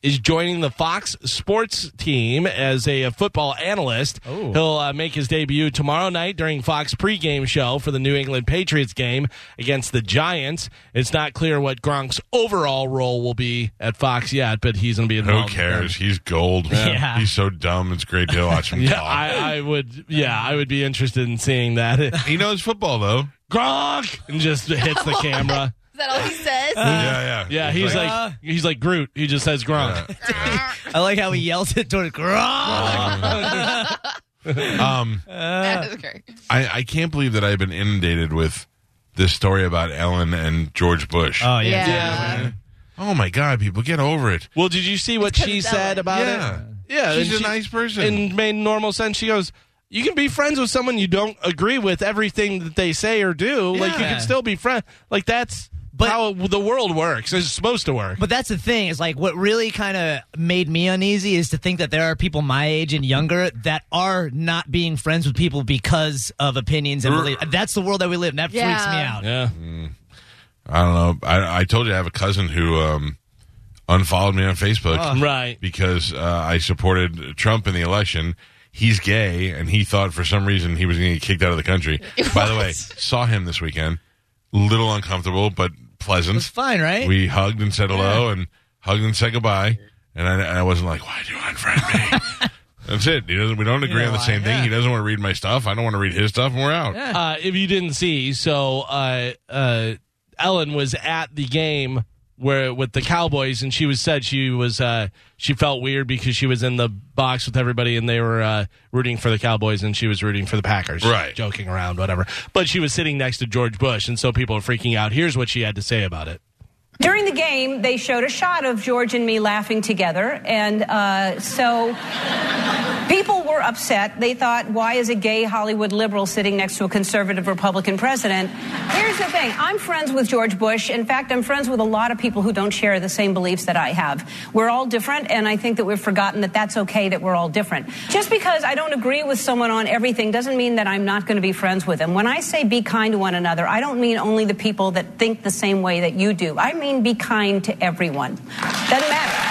is joining the Fox Sports team as a, uh, football analyst. He'll uh, make his debut tomorrow night during Fox pregame show for the New England Patriots game against the Giants. It's not clear what Gronk's overall role will be at Fox yet, but he's going to be Who involved. cares? He's gold. Oh, Yeah. He's so dumb. It's great to watch him Yeah, talk. I, I would. Yeah, I would be interested in seeing that. he knows football though. Gronk and just hits the camera. Is that all he says? yeah, yeah. Uh, Yeah, he's like "Uh." he's like Groot. He just says Gronk. I like how he yells it toward Um, That is great. I, I can't believe that I've been inundated with this story about Ellen and George Bush. Oh, yeah. Oh my God, people, get over it. Well, did you see what she said about Yeah. it? Yeah, She's and a nice person. and made normal sense. She goes, "You can be friends with someone you don't agree with everything that they say or do. Like you Yeah. can still be friends. Like that's how the world works. It's supposed to work." But that's the thing is like what really kind of made me uneasy is to think that there are people my age and younger that are not being friends with people because of opinions and beliefs. That's the world that we live. in. That freaks me Yeah. out. Yeah. I don't know. I, I told you I have a cousin who um, unfollowed me on Facebook. Oh. Right. Because uh, I supported Trump in the election. He's gay, and he thought for some reason he was going to get kicked out of the country. By the way, saw him this weekend. Little uncomfortable, but pleasant. It's fine, right? Eh. We hugged and said hello and hugged and said goodbye. And I, and I wasn't like, why do you unfriend me? That's it. He doesn't, we don't agree on the same thing. He doesn't want to read my stuff. I don't want to read his stuff, and we're out. Uh, if you didn't see, so uh, uh, Ellen was at the game where with the Cowboys, and she was said she was uh, she felt weird because she was in the box with everybody, and they were uh, rooting for the Cowboys, and she was rooting for the Packers, Right. Joking around, whatever. But she was sitting next to George Bush, and so people are freaking out. Here's what she had to say about it. During the game, they showed a shot of George and me laughing together, and uh, so people were upset. They thought, why is a gay Hollywood liberal sitting next to a conservative Republican president? Here's the thing I'm friends with George Bush. In fact, I'm friends with a lot of people who don't share the same beliefs that I have. We're all different, and I think that we've forgotten that that's okay that we're all different. Just because I don't agree with someone on everything doesn't mean that I'm not going to be friends with them. When I say be kind to one another, I don't mean only the people that think the same way that you do. I mean be kind to everyone. Doesn't matter.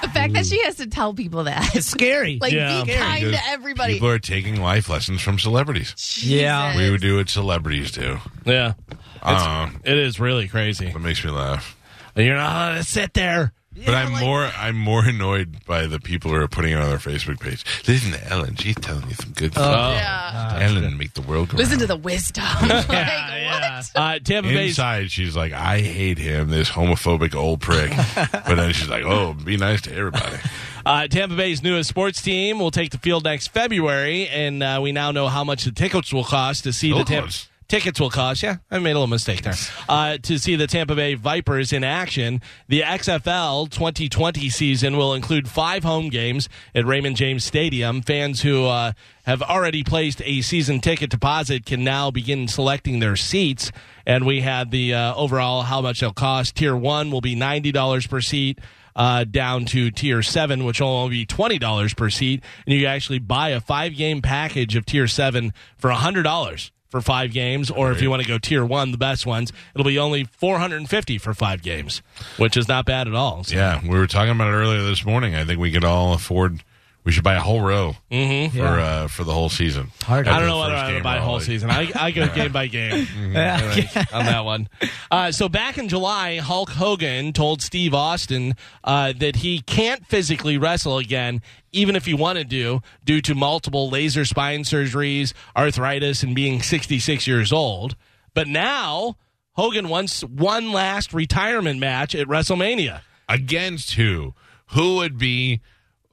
The fact that she has to tell people that. It's scary. like, Yeah. be Scary. kind Because to everybody. People are taking life lessons from celebrities. Yeah. We would do what celebrities do. Yeah, Uh, it is really crazy. that makes me laugh. You're not allowed to sit there. But I'm more I'm more annoyed by the people who are putting it on their Facebook page. Listen to Ellen; she's telling you some good Oh. stuff. Yeah. Ellen make the world go Ah, Listen round. to the wisdom. like, what? Uh, Tampa Bay's Inside, she's like, "I hate him, this homophobic old prick." but then she's like, "Oh, be nice to everybody." Uh, Tampa Bay's newest sports team will take the field next February, and uh, we now know how much the tickets will cost to see the Still Tampa. close. Tickets will cost, yeah. I made a little mistake there. Uh, to see the Tampa Bay Vipers in action, the XFL 2020 season will include five home games at Raymond James Stadium. Fans who uh, have already placed a season ticket deposit can now begin selecting their seats. And we had the uh, overall how much they'll cost. Tier one will be $90 per seat uh, down to tier seven, which will only be twenty dollars per seat, and you can actually buy a five game package of tier seven for hundred dollars. for five games, or if you want to go tier one, the best ones, it'll be only 450 for five games, which is not bad at all. So- Yeah, we were talking about it earlier this morning. I think we could all afford. We should buy a whole row Mhm. for Yeah. uh, for the whole season. I don't know whether I would buy a whole season. I, I go game by game Yeah. All right, on that one. Uh, so back in July, Hulk Hogan told Steve Austin uh, that he can't physically wrestle again, even if he wanted to, due to multiple laser spine surgeries, arthritis, and being 66 years old. But now Hogan wants one last retirement match at WrestleMania. Against who? Who would be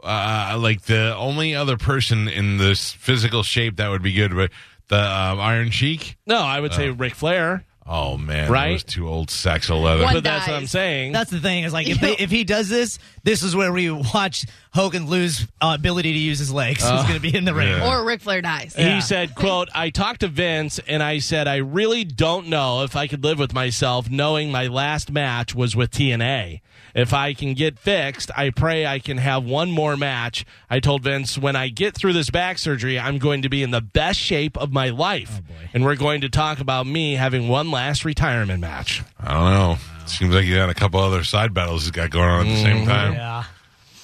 uh, like the only other person in this physical shape that would be good? But the um, Iron Sheik. No, I would say Oh. Ric Flair. Oh man, Right? those two old sacks of leather. but that's what I'm saying. That's the thing. Is like if, they, if he does this, this is where we watch Hogan lose uh, ability to use his legs. Oh. He's going to be in the ring. Or Ric Flair dies. He said, quote, I talked to Vince and I said, I really don't know if I could live with myself knowing my last match was with TNA. If I can get fixed, I pray I can have one more match. I told Vince, when I get through this back surgery, I'm going to be in the best shape of my life. and we're going to talk about me having one last retirement match. I don't know. Seems like you got a couple other side battles he's got going on at the same time. Yeah.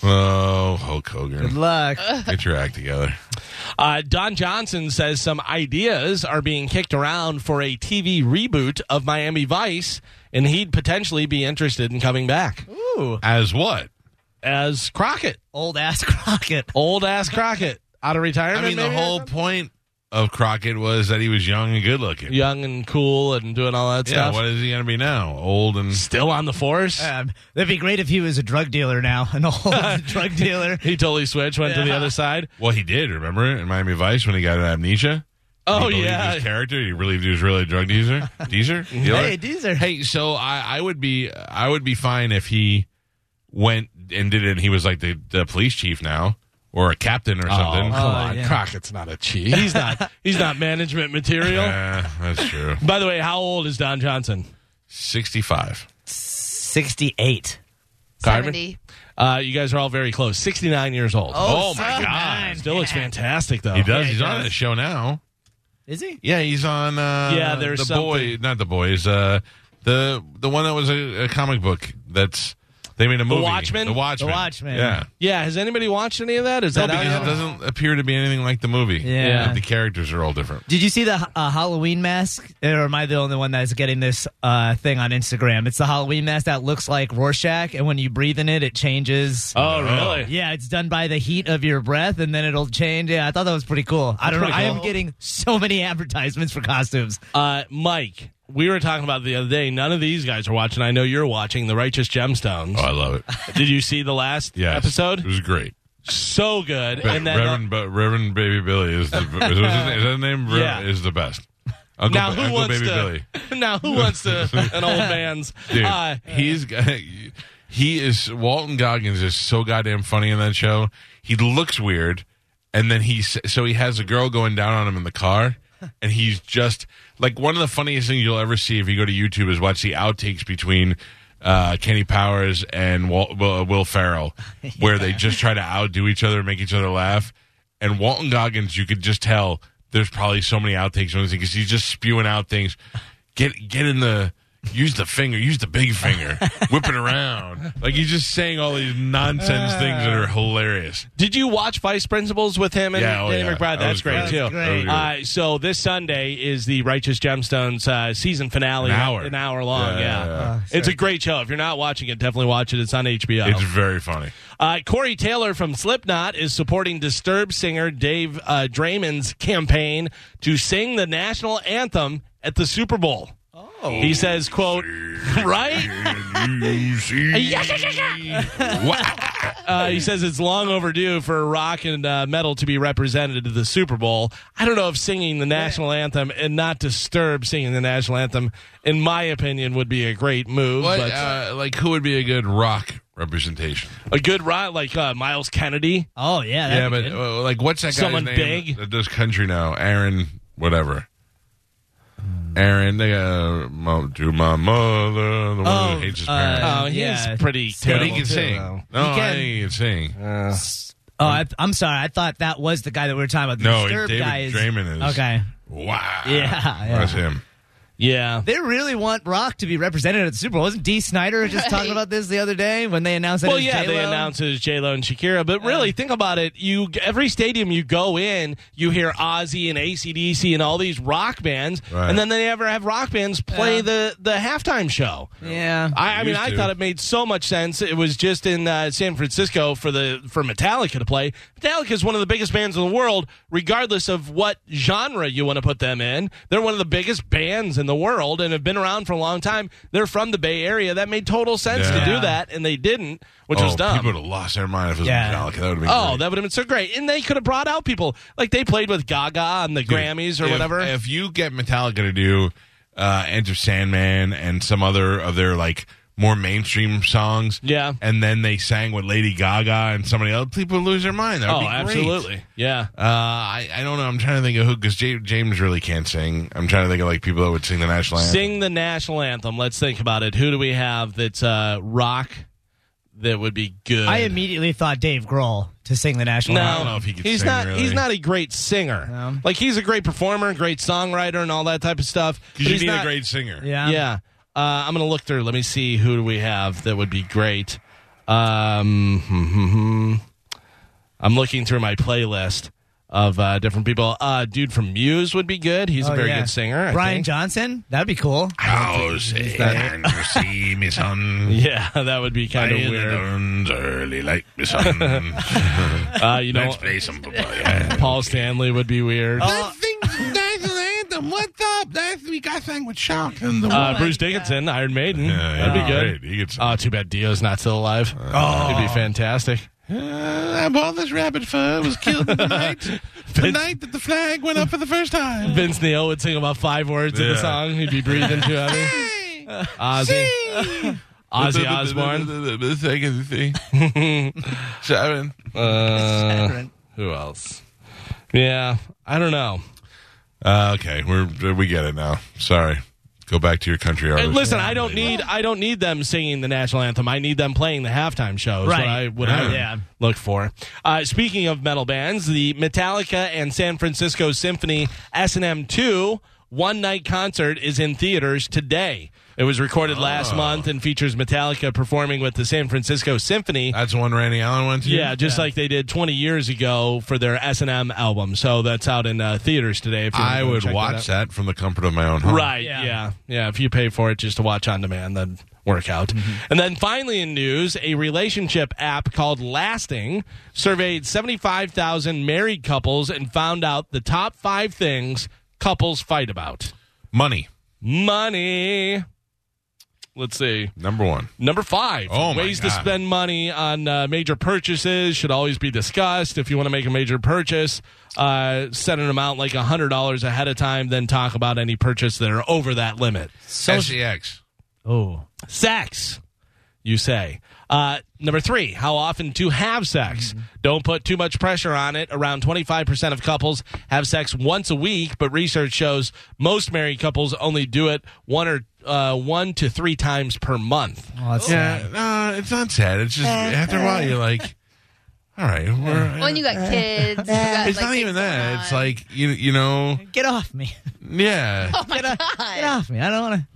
Oh, Hulk Hogan. Good luck. Get your act together. Uh, Don Johnson says some ideas are being kicked around for a TV reboot of Miami Vice, and he'd potentially be interested in coming back. Ooh. As what? As Crockett. Old ass Crockett. Old ass Crockett. Out of retirement. I mean, the maybe? whole point of Crockett was that he was young and good looking. Young and cool and doing all that Yeah, stuff. what is he going to be now? Old and Still on the force. Um, that'd be great if he was a drug dealer now, an old drug dealer. He totally switched, went to the Yeah. other side. Well, he did, remember, in Miami Vice when he got amnesia? Oh, he believed yeah. his character. He believed he was really a drug dealer. Dealer. Hey, these are Hey, so I, I would be I would be fine if he went and did it. and He was like the, the police chief now, or a captain or something. Oh, come on, yeah. Crockett's not a chief. He's not he's not management material. Yeah, that's true. By the way, how old is Don Johnson? Sixty five. 68. Carmen? 70. Uh, you guys are all very close. 69 years old. Oh, my god, Still looks fantastic, though. he does. he He's on does. the show now. Is he? Yeah, he's on. Uh, Yeah, there's the something- boy, not the boys. Uh, the the one that was a, a comic book. That's they made a movie. Watchmen? The Watchmen. The Watchmen. Yeah. Yeah, has anybody watched any of that? Is No, that out because yet? it doesn't appear to be anything like the movie. Yeah. Like, the characters are all different. Did you see the uh, Halloween mask? Or am I the only one that's getting this uh, thing on Instagram? It's the Halloween mask that looks like Rorschach, and when you breathe in it, it changes. Oh, really? Yeah, it's done by the heat of your breath, and then it'll change. Yeah, I thought that was pretty cool. I don't know. pretty I cool. am getting so many advertisements for costumes. Uh, Mike, we were talking about it the other day. None of these guys are watching. I know you're watching The Righteous Gemstones. Oh, I love it. Did you see the last Yeah. It episode? was great. So good. But and then uh, Reverend, but Reverend Baby Billy is the is, that his name? Is that his name? Rev- Yeah. is the best. Uncle, now Ba- who Uncle wants Baby to? Billy. Now who wants to? An old man's. Dude, Uh, he's got- he is Walton Goggins is so goddamn funny in that show. He looks weird, and then he s- so he has a girl going down on him in the car, and he's just like one of the funniest things you'll ever see if you go to YouTube is watch the outtakes between. Uh, Kenny Powers and Wal- Will, Will Ferrell, where they just try to outdo each other and make each other laugh. And Walton Goggins, you could just tell there's probably so many outtakes on this because he's just spewing out things. Get get in the use the finger, use the big finger, whip it around. Like he's just saying all these nonsense things that are hilarious. Did you watch Vice Principals with him and Yeah, oh, Danny yeah. That McBride? That's was great, great. too. That was great. Uh, so this Sunday is the Righteous Gemstones uh, season finale, An hour. Yeah, long. Yeah, yeah, yeah. Oh, it's a great show. If you're not watching it, definitely watch it. It's on HBO. It's very funny. Uh, Corey Taylor from Slipknot is supporting Disturbed singer Dave uh, Draymond's campaign to sing the national anthem at the Super Bowl. Oh. He says, "quote Right? You see- Wow. Uh, he says it's long overdue for rock and uh, metal to be represented at the Super Bowl. I don't know if singing the national anthem and not Disturbed singing the national anthem, in my opinion, would be a great move. What, but uh, like who would be a good rock representation? a good rock like uh, Miles Kennedy. Oh, yeah. Yeah, that'd be but good. uh, like what's that guy's Someone name big? that does country now? Aaron, whatever. Aaron, they got uh, to my mother, the one Oh, who hates his uh, parents. Oh, he's yeah. pretty but terrible. he can too, sing. though. Uh, No, He I can. think he can sing. Oh, I, I'm sorry. I thought that was the guy that we were talking about. The No, Disturbed David guy is, Draymond is Okay. Wow. Yeah, yeah. That's him. Yeah. They really want Rock to be represented at the Super Bowl. Wasn't Dee Snyder just talking about this the other day when they announced that? Well, it was yeah, J-Lo? they announce it as J Lo and Shakira, but really think about it. You every stadium you go in, you hear Ozzy and ACDC and all these rock bands, Right. and then they never have rock bands play the the halftime show. Yeah, I, I mean, Used I to. thought it made so much sense. It was just in uh, San Francisco for the for Metallica to play. Metallica is one of the biggest bands in the world, regardless of what genre you want to put them in. They're one of the biggest bands in the world and have been around for a long time. They're from the Bay Area. That made total sense Yeah. to do that, and they didn't, which oh, was dumb. People would have lost their mind if it was Yeah. Metallica. That would have been Oh, great. that would have been so great, and they could have brought out people like they played with Gaga on the Dude, Grammys or if- whatever. If you get Metallica to do uh, Enter Sandman and some other of their like more mainstream songs, Yeah. and then they sang with Lady Gaga and somebody else, people would lose their mind. That would oh, be great. absolutely, yeah. Uh, I, I don't know. I'm trying to think of who because James really can't sing. I'm trying to think of like people that would sing the national anthem. Sing the national anthem. Let's think about it. Who do we have that's uh, rock that would be good? I immediately thought Dave Grohl to sing the national no, anthem. I don't know if he could he's sing, not. really. He's not a great singer. No. Like he's a great performer, great songwriter, and all that type of stuff. but 'Cause you he's need not- a great singer. Yeah. Yeah. Uh, I'm gonna look through. Let me see who do we have that would be great. Um, hmm, hmm, hmm. I'm looking through my playlist of uh, different people. Uh, dude from Muse would be good. He's Oh, a very yeah. good singer. I Brian think. Johnson, that'd be cool. House and you see me son, Yeah, that would be kind in of the weird. dawn's early light, me son. Uh, you know, Let's play some papaya. Paul Stanley would be weird. Uh, I think national anthem. What's up? Last week I sang with Shock and the Uh, Bruce Dickinson, Iron Maiden. Yeah, yeah, That'd be good. great. Uh, He could sing. Oh, too bad Dio's not still alive. It'd be fantastic. Uh, I bought this rabbit fur. It was killed the night, the night that the flag went up for the first time. Vince Neil would sing about five words in the Yeah. song. He'd be breathing too heavy. Ozzy. Ozzy Osbourne. The second thing. Sharon. Uh, who else? Yeah, I don't know. Uh, okay, we're we get it now. Sorry. Go back to your country Hey, artist. listen, I don't need I don't need them singing the national anthem. I need them playing the halftime show. Is What Right. I what I Yeah. would Yeah. look for. Uh, speaking of metal bands, the Metallica and San Francisco Symphony S and M two one night concert is in theaters today. It was recorded Oh. last month and features Metallica performing with the San Francisco Symphony. That's the one Randy Allen went to. Yeah, just like they did 20 years ago for their S and M album. So that's out in uh, theaters today. If you wanna I go would check that out. watch that, from the comfort of my own home. Right. Yeah. Yeah. yeah. If you pay for it just to watch on demand, then work out. And then finally in news, a relationship app called Lasting surveyed 75,000 married couples and found out the top five things couples fight about Money money. Let's see. number one. Number five, Oh, my ways to God. spend money on uh, major purchases should always be discussed. If you want to make a major purchase, uh, set an amount like $100 ahead of time, then talk about any purchase that are over that limit. SEX. Oh, Sex, you say. Uh, number three, how often to have sex. Don't put too much pressure on it. Around 25% of couples have sex once a week, but research shows most married couples only do it one or uh, one to three times per month. well, Oh, that's Yeah, no, it's not sad. It's just after a while you're like, all right, we're. When you got kids, you got, it's like, not things even that. going It's on. like you, you know, sad. Get off me! yeah. oh my Get god, off me! I don't want to.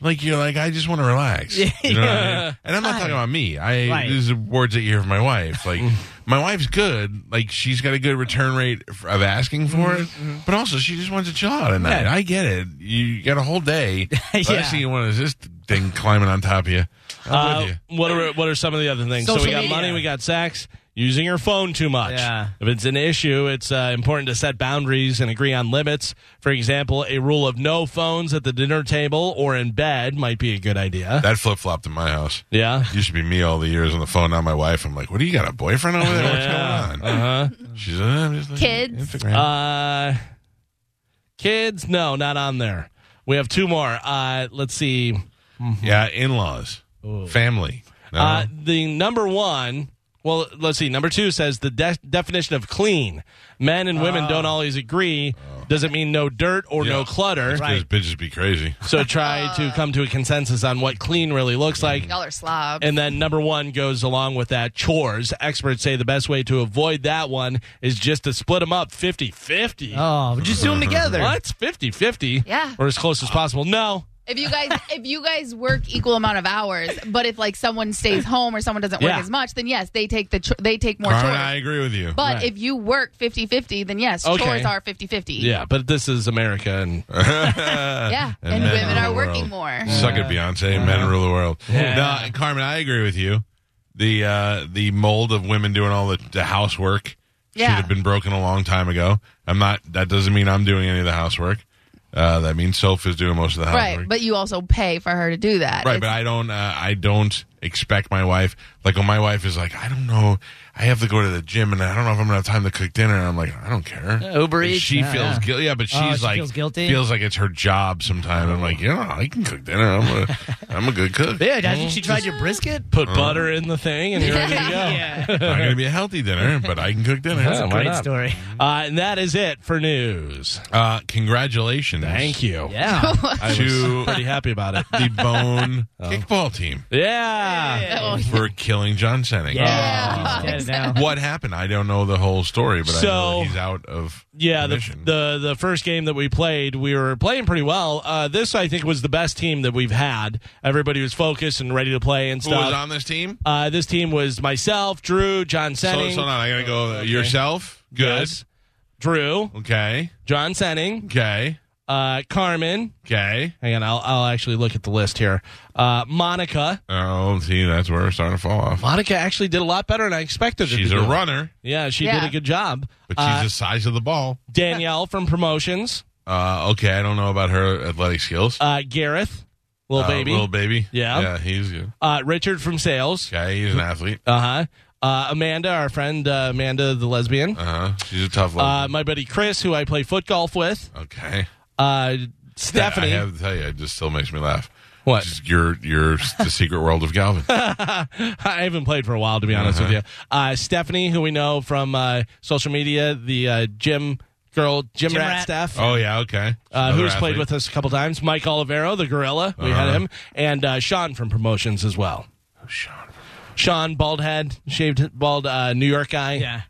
Like you're like, I just want to relax. Yeah. You know what I mean? And I'm not talking about me. I Right. these are words that you hear from my wife. Like my wife's good. Like she's got a good return rate f- of asking for it, but also she just wants to chill out at night. Yeah. I get it. You got a whole day. Yeah. Last thing you want is this thing climbing on top of you. I'm with you. What are what are some of the other things? so Social we got media. money, we got sex, using your phone too much. Yeah. If it's an issue, it's uh, important to set boundaries and agree on limits. For example, a rule of no phones at the dinner table or in bed might be a good idea. That flip flopped in my house. yeah. Used to be me all the years on the phone, not my wife. I'm like, what do you got, a boyfriend over there? What's Yeah. going on? Uh She's like, "I'm just like, Kids? huh. Instagram. Uh, kids, no, not on there. We have two more. Uh, let's see. yeah, in laws, family. No. Oh. Uh, the number one, well, Oh. let's see. Number two says the de- definition of clean. Men and women don't always agree. Doesn't mean no dirt or no clutter. Because bitches be crazy. So try to Uh. come to a consensus on what clean really looks like. Y'all are slobs. And then number one goes along with that chores. Experts say the best way to avoid that one is just to split them up 50 50. Oh, just do 'em together. What? 50 50? Yeah. Or as close as possible. No. If you guys if you guys work equal amount of hours, but if like someone stays home or someone doesn't work Yeah. as much, then yes, they take the cho- they take more Carmen, chores. I agree with you. But if you work 50-50, then yes, Okay. chores are 50-50. Yeah, but this is America and. uh, yeah, and women are working more. Suck it, Beyonce. Men rule the world. No, Carmen, I agree with you. The uh, the mold of women doing all the, the housework Yeah. should have been broken a long time ago. I'm not. That doesn't mean I'm doing any of the housework. Uh, that means Sophia's doing most of the housework. Right, but you also pay for her to do that. Right, but I don't. Uh, I don't expect my wife. Like when my wife is like, I don't know. I have to go to the gym, and I don't know if I'm gonna have time to cook dinner. And I'm like, I don't care. Yeah, Uber And Eats, She yeah, feels Oh, yeah. guilty. Yeah, but she's Oh, she like feels guilty? Oh. like it's her job. Sometimes I'm like, yeah, I can cook dinner. I'm a, I'm a good cook. Yeah, I think she tried your brisket. Hmm? Put butter in the thing and you're ready to go. yeah. Not gonna be a healthy dinner, but I can cook dinner. That's a Why great not? story. Uh, and that is it for news. Uh, congratulations. Thank you. Yeah. I was To- pretty happy Oh. about it. The Bone kickball team Yeah. Oh, for killing John Senning. Oh. Yeah. He's dead now. What happened? I don't know the whole story, but I know So- he's out of Yeah, the, commission. the the first game that we played, we were playing pretty well. Uh, this, I think, was the best team that we've had. Everybody was focused and ready to play and Who stuff. was on this team? uh, this team was myself, Drew, John So, Senning. so now I gotta go yourself. Good. Oh, Yes. Drew, Okay. John Senning, Okay. uh, Carmen. Okay. Hang on, I'll, I'll actually look at the list here. Uh, Monica. Oh, see, that's where we're starting to fall off. Monica actually did a lot better than I expected her She's to a do. runner, Yeah, she Yeah. did a good job. but she's Uh, the size of the ball. Danielle from Promotions. Uh, okay, I don't know about her athletic skills. Uh, Gareth, little Uh, baby. Little baby. Yeah. Yeah, he's good. Uh, Richard from Sales. Okay, he's an athlete. Uh-huh. Uh Amanda, our friend uh, Amanda the lesbian. Uh huh. She's a tough Uh, one. my buddy Chris, who I play foot golf with. okay. Uh, I Stephanie. have to tell you, it just still makes me laugh. What? Just your your the secret world of Galvin. I haven't played for a while, to be honest Uh-huh. with you. Uh, Stephanie, who we know from uh, social media, the uh, gym girl, gym, Gym rat, rat. Steph. Oh yeah, okay. Uh, Another who's played athlete. with us a couple times? Mike Olivero, the gorilla. We had Uh-huh. him. And uh, Sean from Promotions as well. Sean. Sean, bald head, shaved, bald uh, New York guy. Yeah.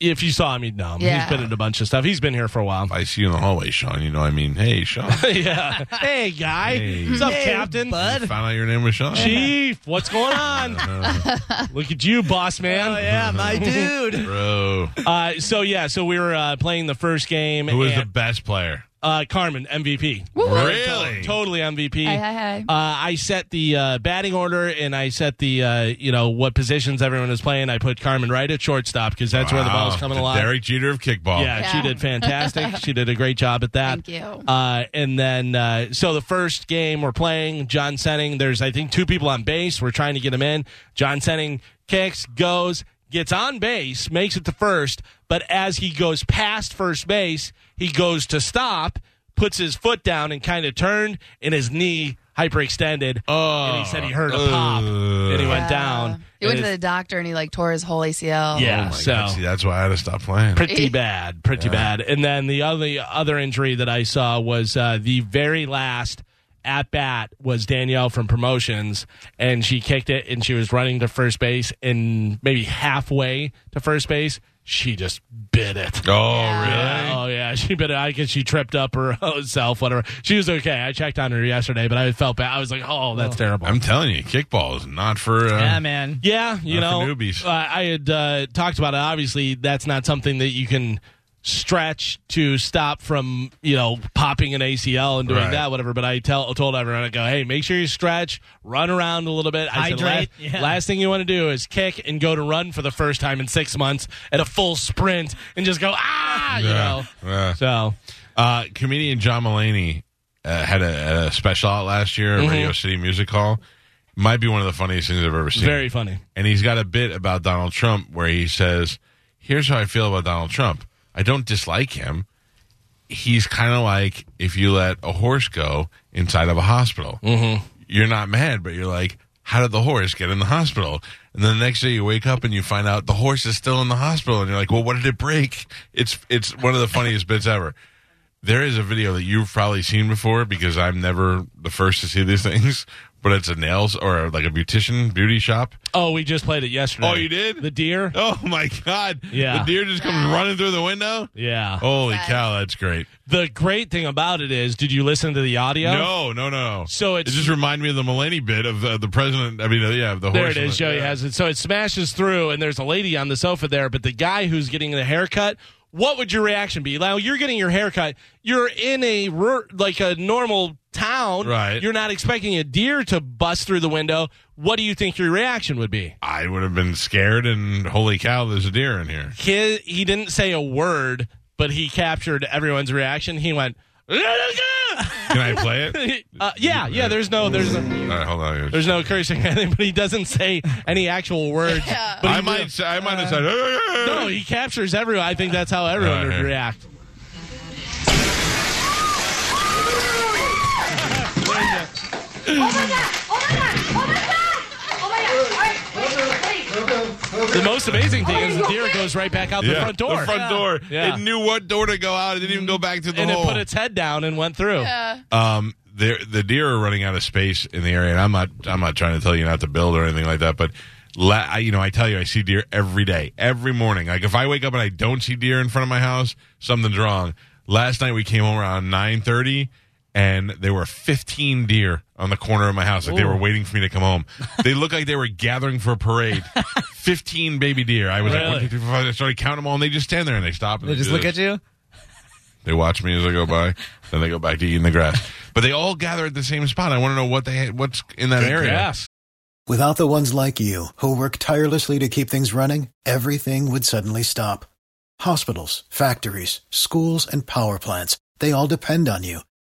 If you saw him, you'd know him. Yeah. He's been in a bunch of stuff. He's been here for a while. I see you in the hallway, Sean. You know, I mean, hey, Sean. yeah. Hey, guy. What's up, Captain? I found out your name was Sean. Chief, what's going on? Uh-huh. Look at you, boss man. Oh, yeah, my dude. Bro, Uh, so yeah, so we were uh, playing the first game. who is the and, best player? uh, Carmen MVP? Woo. Really? Uh, Totally MVP. Hey, hey, hey. Uh, I set the uh, batting order and I set the uh, you know what positions everyone is playing. I put Carmen right at shortstop because that's where the Wow, ball's coming the alive. Derek Jeter of kickball. Yeah, Yeah. she did fantastic. she did a great job at that. Thank you. Uh, and then, uh, so the first game we're playing, John Senning, there's, I think, two people on base. We're trying to get him in. John Senning kicks, goes, gets on base, makes it to first. But as he goes past first base, he goes to stop, puts his foot down, and kind of turned, and his knee hyperextended. Oh, and he said he heard a pop, and he went down. Uh, He went And to the it's doctor and he like tore his whole ACL. Yeah. Oh my so- God. See, that's why I had to stop playing. Pretty bad, pretty bad. And then the other other injury that I saw was uh, the very last at bat was Danielle from promotions, and she kicked it, and she was running to first base, and maybe halfway to first base, she just bit it. oh, really? Oh yeah, she bit it. I guess she tripped up her own self. Whatever. She was okay. I checked on her yesterday, but I felt bad. I was like, oh, that's terrible. I'm telling you, kickball is not for. Uh, Yeah, man. Yeah, you Not for know, newbies. uh, I had uh, talked about it. Obviously, that's not something that you can stretch to stop from you know popping an ACL and doing Right. that, whatever. But I tell told everyone, I go, hey, make sure you stretch, run around a little bit. I Hydrate, Said, last, yeah. last thing you want to do is kick and go to run for the first time in six months at a full sprint and just go ah, you Yeah, know. yeah. So Uh, comedian John Mulaney uh, had a, had a special out last year at Mhm. Radio City Music Hall. Might be one of the funniest things I've ever seen. very funny. And he's got a bit about Donald Trump where he says, Here's how I feel about Donald Trump. I don't dislike him. He's kind of like if you let a horse go inside of a hospital. Mm-hmm. You're not mad, but you're like, how did the horse get in the hospital? And then the next day you wake up and you find out the horse is still in the hospital, and you're like, well, what did it break? It's it's one of the funniest bits ever. There is a video that you've probably seen before because I'm never the first to see these things, but it's a nails or like a beautician beauty shop. Oh, we just played it yesterday. Oh, you did? The deer? Oh my god! Yeah. the deer just comes running through the window. Yeah. Holy cow, that's great. The great thing about it is, did you listen to the audio? No, no, no. So It it's just reminded me of the Mulaney bit of uh, the president. I mean, uh, yeah, the horse. there it and is. the- Joey has it. So it smashes through, and there's a lady on the sofa there. But the guy who's getting the haircut, what would your reaction be? Now you're getting your haircut. You're in a rur- like a normal town. Right. You're not expecting a deer to bust through the window. What do you think your reaction would be? I would have been scared and holy cow, there's a deer in here. He he didn't say a word, but he captured everyone's reaction. He went. Can I play it? Uh, yeah, yeah. There's no, there's, All right, hold on. there's no cursing or anything, but he doesn't say any actual words. But I he might, say- I might have said. Uh, No, he captures everyone. I think that's how everyone All right. would react. The most amazing thing is the deer goes right back out the Yeah, front door. The front door. Yeah. It Oh. knew what door to go out. It didn't even go back to the and hole. it put its head down and went through. Um, the the deer are running out of space in the area, and I'm not I'm not trying to tell you not to build or anything like that, but la- I, you know I tell you I see deer every day, every morning. Like if I wake up and I don't see deer in front of my house, something's wrong. Last night we came home around nine thirty. And there were 15 deer on the corner of my house. Like they Ooh. were waiting for me to come home. They looked like they were gathering for a parade. 15 baby deer. I was like, one, Really? two, three, four, five. I started counting them all, and they just stand there and they stop. And They just do look this. at you. They watch me as I go by, then they go back to eating the grass. But they all gather at the same spot. I want to know what they what's in that area. Without the ones like you, who work tirelessly to keep things running, everything would suddenly stop. Hospitals, factories, schools, and power plants, they all depend on you.